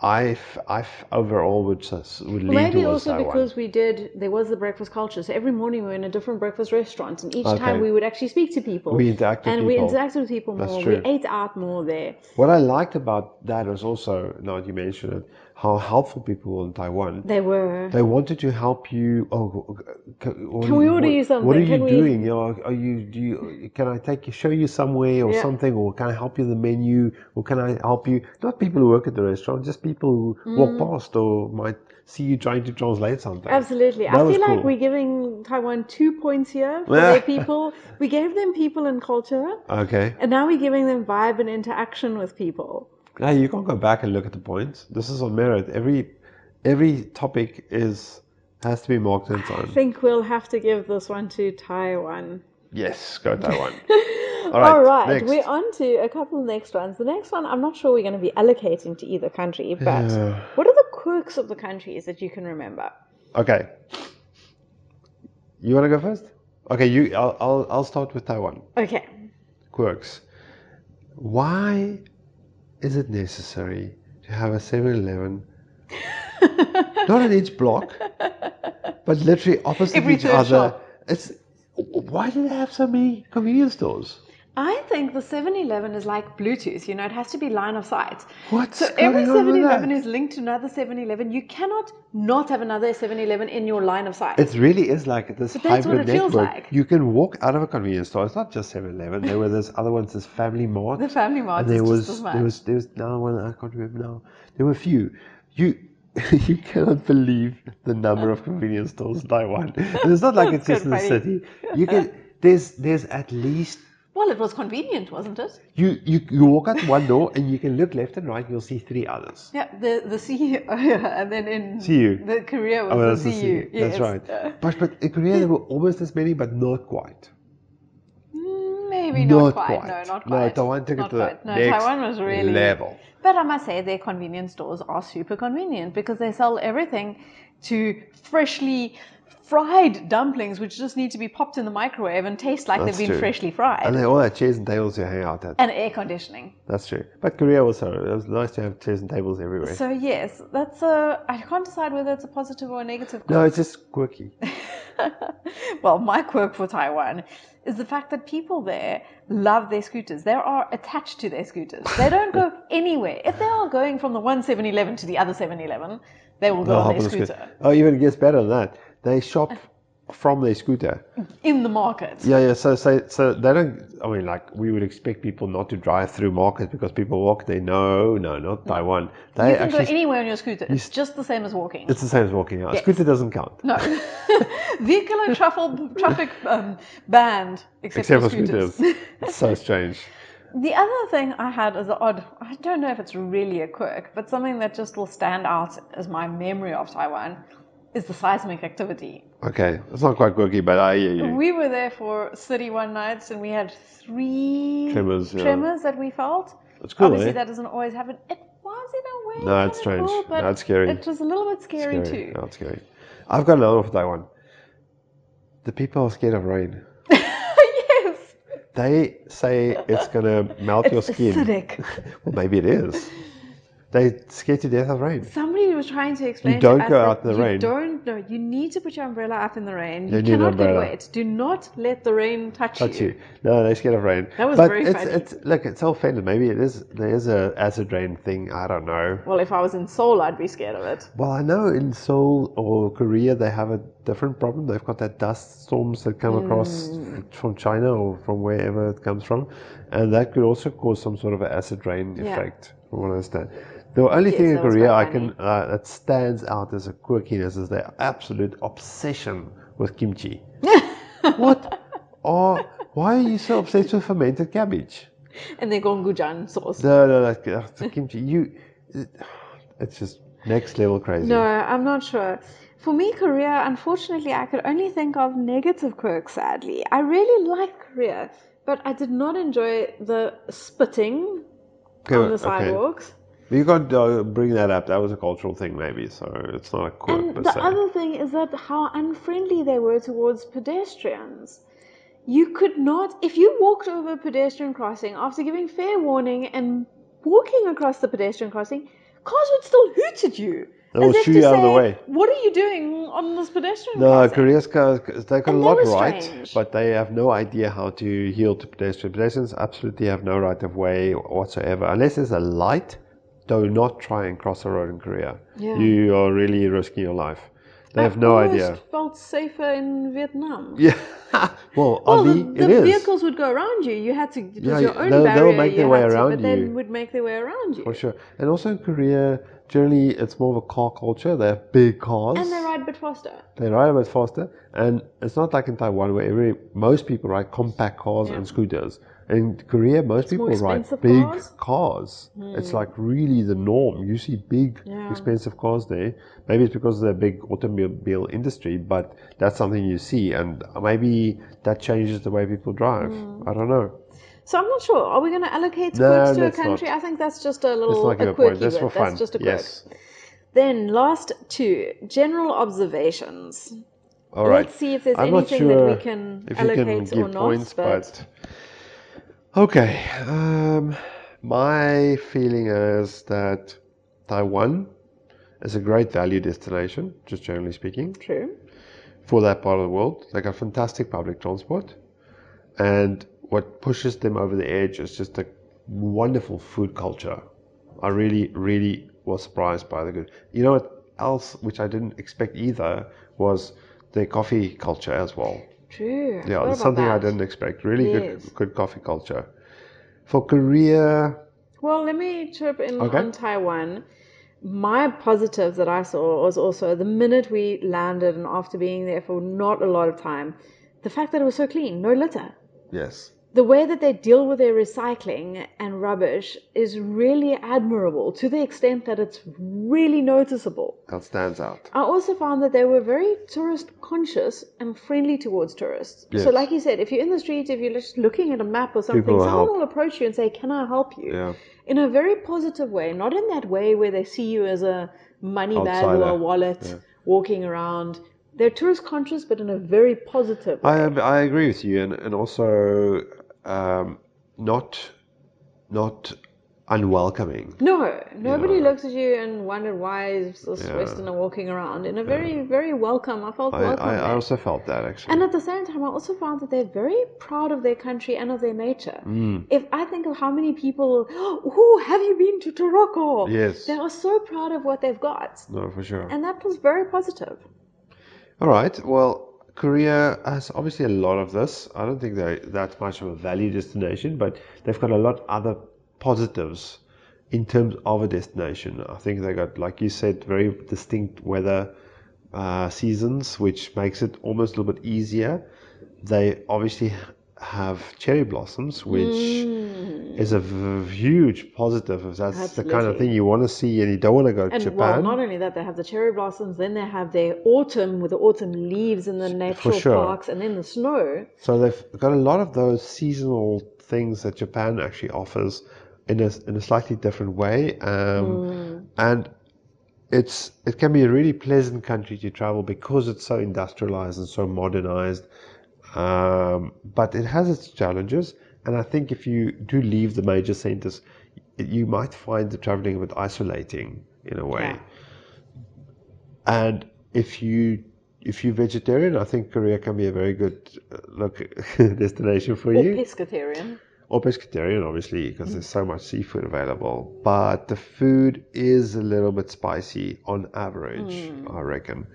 Speaker 2: I, f- I f- overall would s- would lean
Speaker 3: Well, Maybe
Speaker 2: towards
Speaker 3: also
Speaker 2: Taiwan.
Speaker 3: because we did, there was the breakfast culture. So every morning we were in a different breakfast restaurant, and each time
Speaker 2: Okay.
Speaker 3: we would actually speak to people.
Speaker 2: We interacted
Speaker 3: And we
Speaker 2: people.
Speaker 3: interacted with people
Speaker 2: That's
Speaker 3: more.
Speaker 2: true.
Speaker 3: We ate out more there.
Speaker 2: What I liked about that was also, now that you mentioned it, how helpful people were in Taiwan.
Speaker 3: They were.
Speaker 2: They wanted to help you. Oh, can,
Speaker 3: Can we order you
Speaker 2: What
Speaker 3: something?
Speaker 2: are you
Speaker 3: Can we-
Speaker 2: doing? You know, are you? Do you? Can I take you, show you somewhere or
Speaker 3: Yeah.
Speaker 2: something, or can I help you with the menu, or can I help you? Not people who work at the restaurant, just people who
Speaker 3: Mm.
Speaker 2: walk past or might see you trying to translate something.
Speaker 3: Absolutely. I
Speaker 2: That
Speaker 3: feel
Speaker 2: was
Speaker 3: like
Speaker 2: cool.
Speaker 3: we're giving Taiwan two points here for their people. We gave them people and culture,
Speaker 2: Okay.
Speaker 3: and now we're giving them vibe and interaction with people.
Speaker 2: Now you can't go back and look at the points. This is on merit. Every every topic is has to be marked in
Speaker 3: I
Speaker 2: time.
Speaker 3: think we'll have to give this one to Taiwan.
Speaker 2: Yes, go Taiwan. All
Speaker 3: All right,
Speaker 2: next.
Speaker 3: we're on to a couple of next ones. The next one, I'm not sure we're going to be allocating to either country, but
Speaker 2: Yeah.
Speaker 3: what are the quirks of the countries that you can remember?
Speaker 2: Okay. You want to go first? Okay, you. I'll, I'll I'll start with Taiwan
Speaker 3: Okay,
Speaker 2: quirks. Why is it necessary to have a 7-Eleven? Not in each block, but literally opposite
Speaker 3: Every
Speaker 2: each
Speaker 3: third
Speaker 2: other.
Speaker 3: shop.
Speaker 2: It's why do they have so many convenience stores?
Speaker 3: I think the 7 Eleven is like Bluetooth, you know, it has to be line of sight.
Speaker 2: What's
Speaker 3: So
Speaker 2: going
Speaker 3: every
Speaker 2: on with
Speaker 3: 7 Eleven
Speaker 2: that?
Speaker 3: is linked to another 7 Eleven. You cannot not have another 7 Eleven in your line of sight.
Speaker 2: It really is like this
Speaker 3: But that's what
Speaker 2: hybrid
Speaker 3: it feels
Speaker 2: network.
Speaker 3: like.
Speaker 2: You can walk out of a convenience store. It's not just 7-Eleven. There were this other ones, this Family Mart.
Speaker 3: The Family Mart
Speaker 2: and there
Speaker 3: is
Speaker 2: was
Speaker 3: just as
Speaker 2: there
Speaker 3: much.
Speaker 2: was there was another one I can't remember now. There were a few. You you cannot believe the number of convenience stores in Taiwan. And it's not like it's just in the
Speaker 3: quite funny.
Speaker 2: city. You can there's there's at least
Speaker 3: Well, it was convenient, wasn't it?
Speaker 2: you, you you walk out one door and you can look left and right. You'll see three others.
Speaker 3: Yeah, the, the CEO, yeah, and then in
Speaker 2: CU.
Speaker 3: the Korea was
Speaker 2: Oh,
Speaker 3: the
Speaker 2: that's the
Speaker 3: CU.
Speaker 2: city. That's
Speaker 3: yes. Uh,
Speaker 2: right. But but in Korea there were almost as many, but not quite.
Speaker 3: Maybe not,
Speaker 2: Not
Speaker 3: quite. No,
Speaker 2: quite.
Speaker 3: not
Speaker 2: No,
Speaker 3: quite.
Speaker 2: Taiwan took it
Speaker 3: Not
Speaker 2: to the
Speaker 3: quite. No,
Speaker 2: next
Speaker 3: Taiwan was really
Speaker 2: level.
Speaker 3: But I must say, their convenience stores are super convenient because they sell everything to freshly fried dumplings, which just need to be popped in the microwave and taste like
Speaker 2: That's
Speaker 3: they've been
Speaker 2: true.
Speaker 3: freshly fried,
Speaker 2: And
Speaker 3: and,
Speaker 2: they all had chairs and tables you hang out at.
Speaker 3: air conditioning.
Speaker 2: That's true. But Korea also, it was nice to have chairs and tables everywhere.
Speaker 3: So yes, that's a. I can't decide whether it's a positive or a negative.
Speaker 2: no, it's just quirky.
Speaker 3: well, my quirk for Taiwan is the fact that people there love their scooters. They are attached to their scooters. They don't go anywhere. If they are going from the one 7-Eleven to the other 7-Eleven, they will go
Speaker 2: They'll
Speaker 3: on
Speaker 2: hop
Speaker 3: their
Speaker 2: on a
Speaker 3: scooter,
Speaker 2: scooter. Oh, even it gets better than that. They shop from their scooter.
Speaker 3: in the market.
Speaker 2: Yeah, yeah. So, so, so they don't. I mean, like we would expect people not to drive through markets because people walk there. No, no, not Taiwan. They
Speaker 3: Mm. you can
Speaker 2: actually.
Speaker 3: go anywhere on your scooter. It's just the same as walking.
Speaker 2: it's the same as walking out. Scooter doesn't count.
Speaker 3: No. Vehicle and traffic, traffic um, banned, except,
Speaker 2: Except
Speaker 3: for
Speaker 2: for scooters. It's so strange.
Speaker 3: The other thing I had as an odd, I don't know if it's really a quirk, but something that just will stand out as my memory of Taiwan is the seismic activity.
Speaker 2: Okay, it's not quite quirky, but I hear you.
Speaker 3: We were there for 31 nights and we had three
Speaker 2: Tremors, yeah.
Speaker 3: tremors that we felt.
Speaker 2: It's cool,
Speaker 3: Obviously,
Speaker 2: eh?
Speaker 3: that doesn't always happen. It was in a way.
Speaker 2: No,
Speaker 3: kind
Speaker 2: it's
Speaker 3: of
Speaker 2: strange.
Speaker 3: Cool, but
Speaker 2: No, it's scary.
Speaker 3: It was a little bit scary,
Speaker 2: Scary.
Speaker 3: too.
Speaker 2: No, it's scary. I've got another one for Taiwan. The people are scared of rain.
Speaker 3: yes.
Speaker 2: They say it's gonna melt your
Speaker 3: It's
Speaker 2: skin.
Speaker 3: acidic.
Speaker 2: Well, maybe it is. They're scared to death of rain.
Speaker 3: Somebody was trying to explain. to
Speaker 2: don't
Speaker 3: us
Speaker 2: go
Speaker 3: that
Speaker 2: out in the
Speaker 3: you
Speaker 2: rain.
Speaker 3: Don't. No, you need to put your umbrella up in the rain. You,
Speaker 2: You need an
Speaker 3: cannot get
Speaker 2: umbrella.
Speaker 3: wet. Do not let the rain touch,
Speaker 2: Not you. No, they're scared of rain.
Speaker 3: That was
Speaker 2: but
Speaker 3: very
Speaker 2: it's,
Speaker 3: funny.
Speaker 2: It's, look, it's all fandom. Maybe it is. There is a acid rain thing. I don't know.
Speaker 3: Well, if I was in Seoul, I'd be scared of it.
Speaker 2: Well, I know in Seoul or Korea they have a different problem. They've got that dust storms that come across
Speaker 3: Mm.
Speaker 2: f- from China or from wherever it comes from, and that could also cause some sort of an acid rain
Speaker 3: Yeah.
Speaker 2: effect. From what I understand. The only thing in
Speaker 3: that was
Speaker 2: Korea I
Speaker 3: quite
Speaker 2: can uh, that stands out as a quirkiness is their absolute obsession with Oh, kimchi. what? Or why are you so obsessed with fermented cabbage?
Speaker 3: and their gochujang sauce.
Speaker 2: No, no, like uh, the kimchi. You, it's just next level crazy.
Speaker 3: No, I'm not sure. For me, Korea, unfortunately, I could only think of negative quirks, sadly. I really like Korea, but I did not enjoy the spitting
Speaker 2: okay,
Speaker 3: on the sidewalks.
Speaker 2: You can't uh, bring that up. That was a cultural thing, maybe. So it's not a quirk
Speaker 3: And
Speaker 2: per
Speaker 3: the
Speaker 2: se.
Speaker 3: other thing is that how unfriendly they were towards pedestrians. You could not, if you walked over a pedestrian crossing after giving fair warning and walking across the pedestrian crossing, cars would still hoot at you.
Speaker 2: They will
Speaker 3: as if
Speaker 2: shoo
Speaker 3: to
Speaker 2: you out of the
Speaker 3: say,
Speaker 2: way.
Speaker 3: What are you doing on this pedestrian
Speaker 2: No,
Speaker 3: crossing?
Speaker 2: Korea's cars, they
Speaker 3: And
Speaker 2: got
Speaker 3: they
Speaker 2: a lot
Speaker 3: were
Speaker 2: right,
Speaker 3: strange.
Speaker 2: but they have no idea how to yield to pedestrians. Pedestrians absolutely have no right of way whatsoever. Unless there's a light, do not try and cross the road in Korea.
Speaker 3: Yeah.
Speaker 2: You are really risking your life. They
Speaker 3: I
Speaker 2: have no
Speaker 3: almost
Speaker 2: idea.
Speaker 3: felt safer in Vietnam.
Speaker 2: Yeah. well,
Speaker 3: Well,
Speaker 2: Ali,
Speaker 3: the,
Speaker 2: it
Speaker 3: the
Speaker 2: is.
Speaker 3: vehicles would go around you. You had to. It was
Speaker 2: Yeah,
Speaker 3: your own
Speaker 2: they'll- they'll
Speaker 3: barrier.
Speaker 2: make
Speaker 3: you
Speaker 2: their way
Speaker 3: had to,
Speaker 2: around
Speaker 3: but then
Speaker 2: you.
Speaker 3: would make their way around you.
Speaker 2: For sure. And also in Korea, generally it's more of a car culture. They have big cars.
Speaker 3: And they ride a bit faster.
Speaker 2: They ride a bit faster, and it's not like in Taiwan where every, most people ride compact cars and scooters. In Korea, most people
Speaker 3: more
Speaker 2: ride
Speaker 3: expensive
Speaker 2: big
Speaker 3: cars. Hmm.
Speaker 2: cars. It's like really the norm. You see big,
Speaker 3: Yeah.
Speaker 2: expensive cars there. Maybe it's because of the big automobile industry, but that's something you see, and maybe that changes the way people drive.
Speaker 3: Hmm.
Speaker 2: I don't know.
Speaker 3: So I'm not sure. Are we going to allocate
Speaker 2: No,
Speaker 3: quirks to a
Speaker 2: let's not.
Speaker 3: country? I think that's just a
Speaker 2: Let's
Speaker 3: little
Speaker 2: not give
Speaker 3: a
Speaker 2: a point.
Speaker 3: quirky
Speaker 2: That's
Speaker 3: bit.
Speaker 2: for fun.
Speaker 3: That's just a quirk.
Speaker 2: yes.
Speaker 3: Then last two general observations.
Speaker 2: All right.
Speaker 3: Let's see if there's
Speaker 2: I'm not
Speaker 3: anything
Speaker 2: sure
Speaker 3: that we can
Speaker 2: if you
Speaker 3: allocate
Speaker 2: can
Speaker 3: or
Speaker 2: give
Speaker 3: not.
Speaker 2: points,
Speaker 3: but,
Speaker 2: but okay. Um, my feeling is that Taiwan is a great value destination, just generally speaking,
Speaker 3: true.
Speaker 2: for that part of the world. They got fantastic public transport, and what pushes them over the edge is just a wonderful food culture. I really, really was surprised by the good. You know what else, which I didn't expect either, was their coffee culture as well.
Speaker 3: True. I
Speaker 2: Yeah,
Speaker 3: forgot
Speaker 2: that's
Speaker 3: about
Speaker 2: something I
Speaker 3: that.
Speaker 2: didn't expect. Really
Speaker 3: Yes.
Speaker 2: good, good coffee culture. For Korea,
Speaker 3: Well, let me chirp in
Speaker 2: Okay.
Speaker 3: on Taiwan. My positive that I saw was also the minute we landed and after being there for not a lot of time, the fact that it was so clean, no litter.
Speaker 2: yes,
Speaker 3: The way that they deal with their recycling and rubbish is really admirable to the extent that it's really noticeable.
Speaker 2: that stands out.
Speaker 3: I also found that they were very tourist conscious and friendly towards tourists.
Speaker 2: Yes.
Speaker 3: So, like you said, if you're in the street, if you're just looking at a map or something,
Speaker 2: People will
Speaker 3: someone
Speaker 2: help.
Speaker 3: will approach you and say, Can I help you?
Speaker 2: Yeah.
Speaker 3: In a very positive way, not in that way where they see you as a money bag or a
Speaker 2: Outsider.
Speaker 3: wallet walking around. They're tourist conscious, but in a very positive way.
Speaker 2: I I agree with you, and and also um, not not unwelcoming.
Speaker 3: No, nobody
Speaker 2: Yeah.
Speaker 3: looks at you and wondered why is this
Speaker 2: Yeah.
Speaker 3: Westerner walking around. In a very, very welcome, I felt
Speaker 2: I,
Speaker 3: welcome.
Speaker 2: I, I
Speaker 3: there.
Speaker 2: also felt that actually.
Speaker 3: And at the same time, I also found that they're very proud of their country and of their nature.
Speaker 2: Mm.
Speaker 3: If I think of how many people, oh, have you been to Morocco?
Speaker 2: Yes.
Speaker 3: They are so proud of what they've got.
Speaker 2: no, for sure.
Speaker 3: And that was very positive.
Speaker 2: All right. Well, Korea has obviously a lot of this. I don't think they're that much of a value destination, but they've got a lot other positives in terms of a destination. I think they got, like you said, very distinct weather uh, seasons, which makes it almost a little bit easier. They obviously have cherry blossoms, which is a v- huge positive. If that's the kind
Speaker 3: Mm.
Speaker 2: of
Speaker 3: Absolutely.
Speaker 2: thing you want to see, and you don't want to go to
Speaker 3: And
Speaker 2: Japan.
Speaker 3: well, not only that, they have the cherry blossoms, then they have their autumn with the autumn leaves in the natural
Speaker 2: sure.
Speaker 3: parks, and then the snow.
Speaker 2: So they've got a lot of those seasonal things that Japan actually offers in a, in a slightly different way, um, and it's it can be a really pleasant country to travel because it's so industrialized and so modernized. Um, but it has its challenges, and I think if you do leave the major centers, you might find the traveling a bit isolating in a way.
Speaker 3: Yeah.
Speaker 2: And if you if you're vegetarian, I think Korea can be a very good uh, look destination for
Speaker 3: Or
Speaker 2: you.
Speaker 3: pescatarian.
Speaker 2: Or pescatarian, obviously, because there's so much seafood available.
Speaker 3: Mm-hmm.
Speaker 2: But the food is a little bit spicy on average,
Speaker 3: Mm.
Speaker 2: I reckon.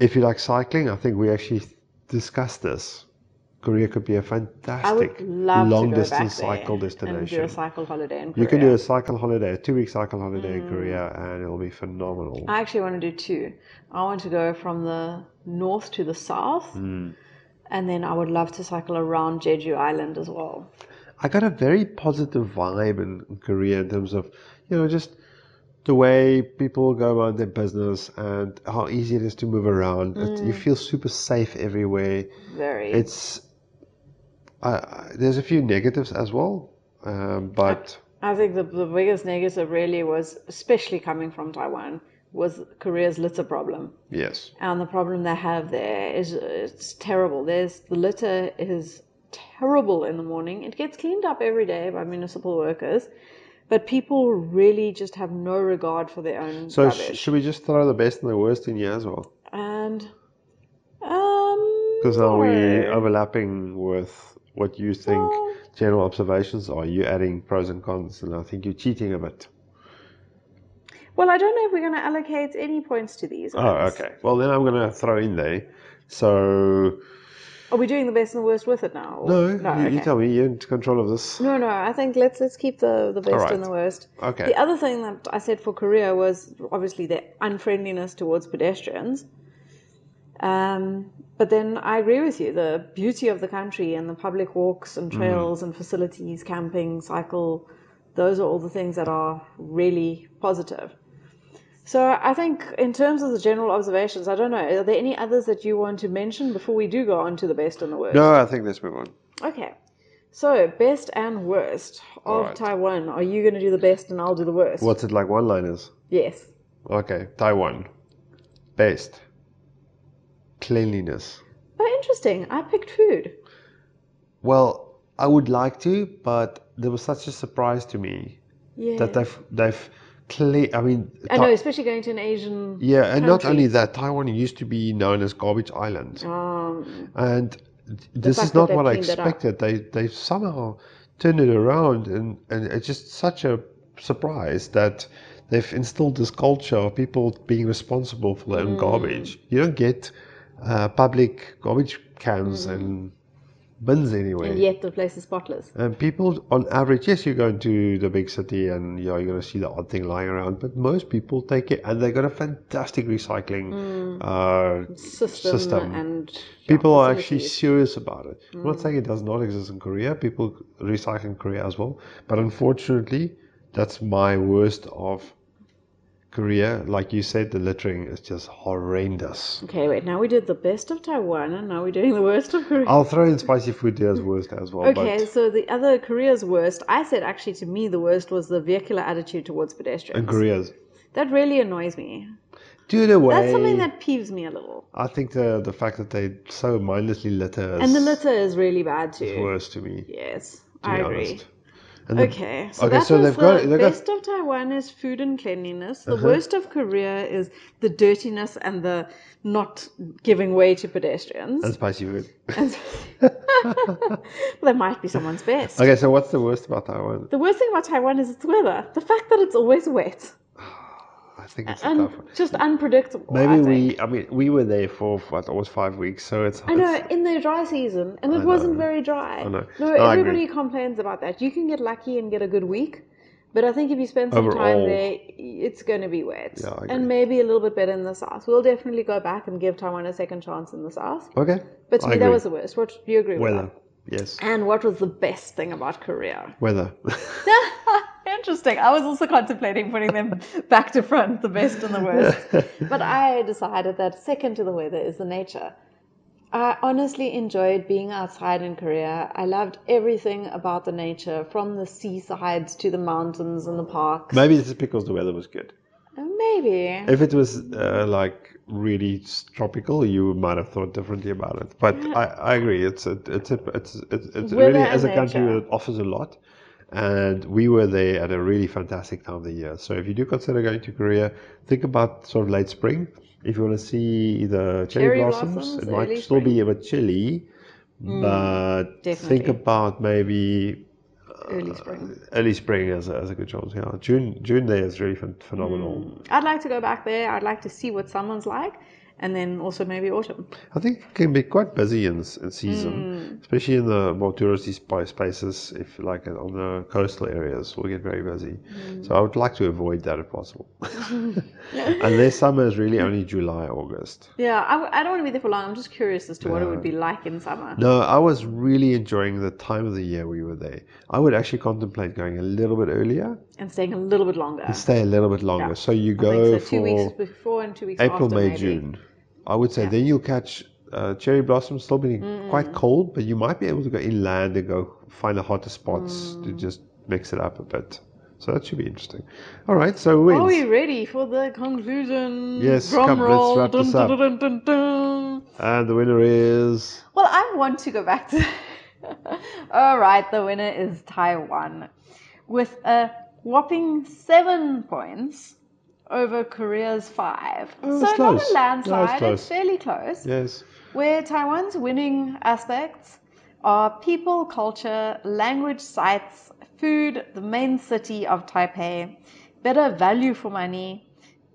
Speaker 2: If you like cycling, I think we actually discussed this. Korea could be a
Speaker 3: I would
Speaker 2: fantastic
Speaker 3: love
Speaker 2: long
Speaker 3: to go
Speaker 2: distance
Speaker 3: back there
Speaker 2: cycle
Speaker 3: and do
Speaker 2: destination.
Speaker 3: a cycle holiday in Korea.
Speaker 2: You can do a cycle holiday, a two week cycle holiday in Korea,
Speaker 3: Mm.
Speaker 2: and it'll be phenomenal.
Speaker 3: I actually want to do two. I want to go from the north
Speaker 2: Hmm.
Speaker 3: to the south, and then I would love to cycle around Jeju Island as well.
Speaker 2: I got a very positive vibe in, in Korea in terms of, you know, just the way people go about their business and how easy it is to move around. It, you
Speaker 3: Mm.
Speaker 2: feel super safe everywhere.
Speaker 3: Very.
Speaker 2: It's I I- there's a few negatives as well, um, but
Speaker 3: I think the, the biggest negative really was, especially coming from Taiwan, was Korea's litter problem.
Speaker 2: yes,
Speaker 3: And the problem they have there is it's terrible. There's the litter is terrible in the morning. It gets cleaned up every day by municipal workers, but people really just have no regard for their own
Speaker 2: So sh-
Speaker 3: rubbish.
Speaker 2: should we just throw the best and the worst in here as well?
Speaker 3: and um,
Speaker 2: Because now we're
Speaker 3: no.
Speaker 2: overlapping with what you think
Speaker 3: Well-
Speaker 2: general observations are. You're adding pros and cons, and I think you're cheating a bit.
Speaker 3: well, I don't know if we're going to allocate any points to these.
Speaker 2: Oh,
Speaker 3: ones.
Speaker 2: okay. Well, then I'm gonna throw in there. So
Speaker 3: Are we doing the best and the worst with it now? or-
Speaker 2: no,
Speaker 3: no.
Speaker 2: you, you
Speaker 3: okay.
Speaker 2: tell me. You're in control of this.
Speaker 3: No, no. I think let's let's keep the the best
Speaker 2: right.
Speaker 3: and the worst.
Speaker 2: Okay.
Speaker 3: The other thing that I said for Korea was obviously their unfriendliness towards pedestrians. Um, but then I agree with you. The beauty of the country and the public walks
Speaker 2: Mm.
Speaker 3: and trails and facilities, camping, cycle, those are all the things that are really positive. So I think in terms of the general observations, I don't know. Are there any others that you want to mention before we do go on to the best and the worst?
Speaker 2: No, I think let's move on.
Speaker 3: Okay. So, best and worst
Speaker 2: All
Speaker 3: of
Speaker 2: right.
Speaker 3: Taiwan. Are you going to do the best and I'll do the worst?
Speaker 2: What's it like? One-liners.
Speaker 3: Yes.
Speaker 2: Okay, Taiwan. Best. Cleanliness.
Speaker 3: Oh, interesting. I picked food.
Speaker 2: Well, I would like to, but there was such a surprise to me
Speaker 3: Yeah.
Speaker 2: that they've they've cle I mean,
Speaker 3: Mm. I
Speaker 2: Ti-
Speaker 3: know, especially going to an Asian.
Speaker 2: yeah, and not
Speaker 3: country.
Speaker 2: only that, Taiwan used to be known as Garbage Island,
Speaker 3: Um,
Speaker 2: and th- this
Speaker 3: fact
Speaker 2: is
Speaker 3: that
Speaker 2: not
Speaker 3: they've
Speaker 2: what I
Speaker 3: cleaned it up.
Speaker 2: expected. They they somehow turned it around, and and it's just such a surprise that they've instilled this culture of people being responsible for their
Speaker 3: Mm.
Speaker 2: own garbage. You don't get uh, public garbage cans and bins anywhere.
Speaker 3: Mm. and yet the place is spotless.
Speaker 2: And people, on average, yes, you go into the big city and you know, you're going to see the odd thing lying around, but most people take it and they got a fantastic recycling. Uh,
Speaker 3: System,
Speaker 2: System.
Speaker 3: and. Hmm. yeah,
Speaker 2: people are actually
Speaker 3: facilities.
Speaker 2: serious about it. I'm
Speaker 3: Hmm.
Speaker 2: not saying it does not exist in Korea, people recycle in Korea as well, but unfortunately, that's my worst of Korea. Like you said, the littering is just horrendous.
Speaker 3: Okay, wait. Now we did the best of Taiwan and now we're doing the worst of Korea.
Speaker 2: I'll throw in spicy food there as worst as well.
Speaker 3: Okay,
Speaker 2: but
Speaker 3: so the other Korea's worst, I said actually to me the worst was the vehicular attitude towards pedestrians.
Speaker 2: in Korea's.
Speaker 3: That really annoys me.
Speaker 2: Do it away.
Speaker 3: That's something that peeves me a little.
Speaker 2: I think the the fact that they so mindlessly litter is,
Speaker 3: And the litter is really bad
Speaker 2: is
Speaker 3: too.
Speaker 2: worse to me. To
Speaker 3: Yes,
Speaker 2: be
Speaker 3: I agree.
Speaker 2: honest. And the-
Speaker 3: Okay, so
Speaker 2: Okay,
Speaker 3: that
Speaker 2: so
Speaker 3: was
Speaker 2: they've
Speaker 3: the
Speaker 2: got- they've got- Uh-huh.
Speaker 3: best of Taiwan is food and cleanliness. The worst of Korea is the dirtiness and the not giving way to pedestrians.
Speaker 2: and spicy food.
Speaker 3: that might be someone's best.
Speaker 2: Okay, so what's the worst about Taiwan?
Speaker 3: The worst thing about Taiwan is its weather. The fact that it's always wet
Speaker 2: I think it's a
Speaker 3: and
Speaker 2: tough one.
Speaker 3: just unpredictable. Um, I
Speaker 2: Maybe
Speaker 3: think.
Speaker 2: we, I mean, we were there for what almost five weeks, so it's.
Speaker 3: I know in the dry season, and it wasn't very dry.
Speaker 2: I know.
Speaker 3: No,
Speaker 2: No, I agree.
Speaker 3: everybody complains about that. You can get lucky and get a good week, but I think if you spend some time
Speaker 2: Overall.
Speaker 3: there, it's going to be wet,
Speaker 2: Yeah, I agree.
Speaker 3: and maybe a little bit better in the south. We'll definitely go back and give Taiwan a second chance in the south.
Speaker 2: Okay.
Speaker 3: But to
Speaker 2: I
Speaker 3: me, that
Speaker 2: agree.
Speaker 3: was Uh, the worst. What do you agree with?
Speaker 2: weather.
Speaker 3: That?
Speaker 2: Yes,
Speaker 3: And what was the best thing about Korea?
Speaker 2: weather.
Speaker 3: Interesting. I was also contemplating putting them back to front, the best and the worst. But I decided that second to the weather is the nature. I honestly enjoyed being outside in Korea. I loved everything about the nature, from the seasides to the mountains and the parks.
Speaker 2: Maybe this is because the weather was good.
Speaker 3: Maybe.
Speaker 2: If it was uh, like really s- tropical, you might have thought differently about it. But I, I agree. It's a, it's a, it's it's, it's
Speaker 3: Weather
Speaker 2: really as a
Speaker 3: and
Speaker 2: country
Speaker 3: nature.
Speaker 2: it offers a lot, and we were there at a really fantastic time of the year. So if you do consider going to Korea, think about sort of late spring. If you want to see the
Speaker 3: Cherry
Speaker 2: cherry, blossoms,
Speaker 3: blossoms,
Speaker 2: it might
Speaker 3: early Mm,
Speaker 2: still be a bit chilly, but think
Speaker 3: definitely.
Speaker 2: about maybe
Speaker 3: Early spring.
Speaker 2: early spring as a, as a good chance. Yeah,
Speaker 3: Mm.
Speaker 2: June June there is really phen phenomenal.
Speaker 3: I'd like to go back there. I'd like to see what someone's like. and then also maybe autumn.
Speaker 2: I think it can be quite busy in, s- in
Speaker 3: Hmm.
Speaker 2: season, especially in the more touristy spa- spaces. If like on the coastal areas, will get very busy.
Speaker 3: Hmm.
Speaker 2: So I would like to avoid that if possible, unless summer is really only July, August.
Speaker 3: Yeah, I, w- I don't want to be there for long. I'm just curious as to what it would be like in summer.
Speaker 2: No, I was really enjoying the time of the year we were there. I would actually contemplate going a little bit earlier
Speaker 3: and staying a little bit longer.
Speaker 2: and stay a little bit longer. So you
Speaker 3: I
Speaker 2: go
Speaker 3: think so.
Speaker 2: for
Speaker 3: Two weeks before and two weeks
Speaker 2: April,
Speaker 3: after.
Speaker 2: May,
Speaker 3: maybe.
Speaker 2: June. I would say then you'll catch uh, cherry blossoms still being quite cold, but you might be able to go inland and go find the hotter spots to
Speaker 3: Mm.
Speaker 2: just mix it up a bit. So that should be interesting. All right, so wins.
Speaker 3: Are we ready for the conclusion?
Speaker 2: Yes,
Speaker 3: Drum
Speaker 2: come, let's
Speaker 3: roll.
Speaker 2: wrap this up.
Speaker 3: dun, dun, dun.
Speaker 2: And the winner is
Speaker 3: Well, I want to go back to. All right, the winner is Taiwan with a whopping seven points over Korea's five.
Speaker 2: Oh,
Speaker 3: so
Speaker 2: it's
Speaker 3: not
Speaker 2: close.
Speaker 3: a landslide,
Speaker 2: No, it's close.
Speaker 3: it's fairly close.
Speaker 2: yes,
Speaker 3: Where Taiwan's winning aspects are people, culture, language, sites, food, the main city of Taipei, better value for money,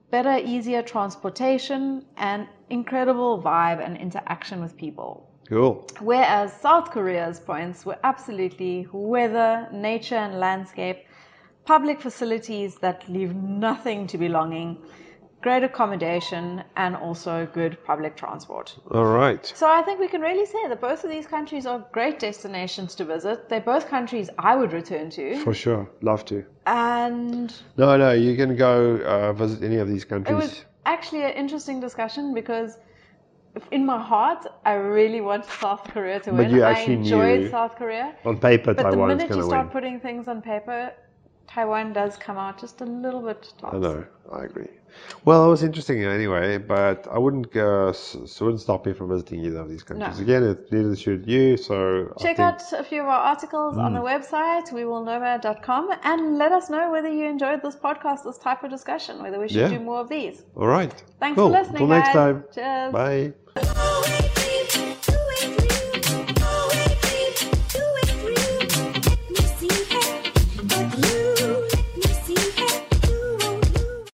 Speaker 3: better, easier transportation, and incredible vibe and interaction with people.
Speaker 2: cool.
Speaker 3: Whereas South Korea's points were absolutely weather, nature and landscape, public facilities that leave nothing to belonging, great accommodation, and also good public transport.
Speaker 2: All right,
Speaker 3: So I think we can really say that both of these countries are great destinations to visit. They're both countries I would return to.
Speaker 2: for sure, love to.
Speaker 3: And
Speaker 2: No, no, you can go uh, visit any of these
Speaker 3: it
Speaker 2: countries.
Speaker 3: was actually an interesting discussion because in my heart, I really want South Korea to win.
Speaker 2: you
Speaker 3: I
Speaker 2: actually
Speaker 3: enjoyed
Speaker 2: knew-
Speaker 3: South Korea.
Speaker 2: On paper,
Speaker 3: But the
Speaker 2: Taiwan's
Speaker 3: minute
Speaker 2: going
Speaker 3: you
Speaker 2: to
Speaker 3: start
Speaker 2: win.
Speaker 3: putting things on paper, Taiwan does come out just a little bit tops.
Speaker 2: I know. I agree. Well, it was interesting anyway, but I wouldn't go, s- s- wouldn't stop you from visiting either of these countries.
Speaker 3: No.
Speaker 2: Again, it neither should you. So I
Speaker 3: Check
Speaker 2: think- Mm.
Speaker 3: out a few of our articles on the website, wewillnomad.com, and let us know whether you enjoyed this podcast, this type of discussion, whether we should
Speaker 2: Yeah.
Speaker 3: do more of these.
Speaker 2: All right.
Speaker 3: Thanks
Speaker 2: Cool.
Speaker 3: for listening,
Speaker 2: Until next
Speaker 3: guys.
Speaker 2: time.
Speaker 3: Cheers.
Speaker 2: Bye.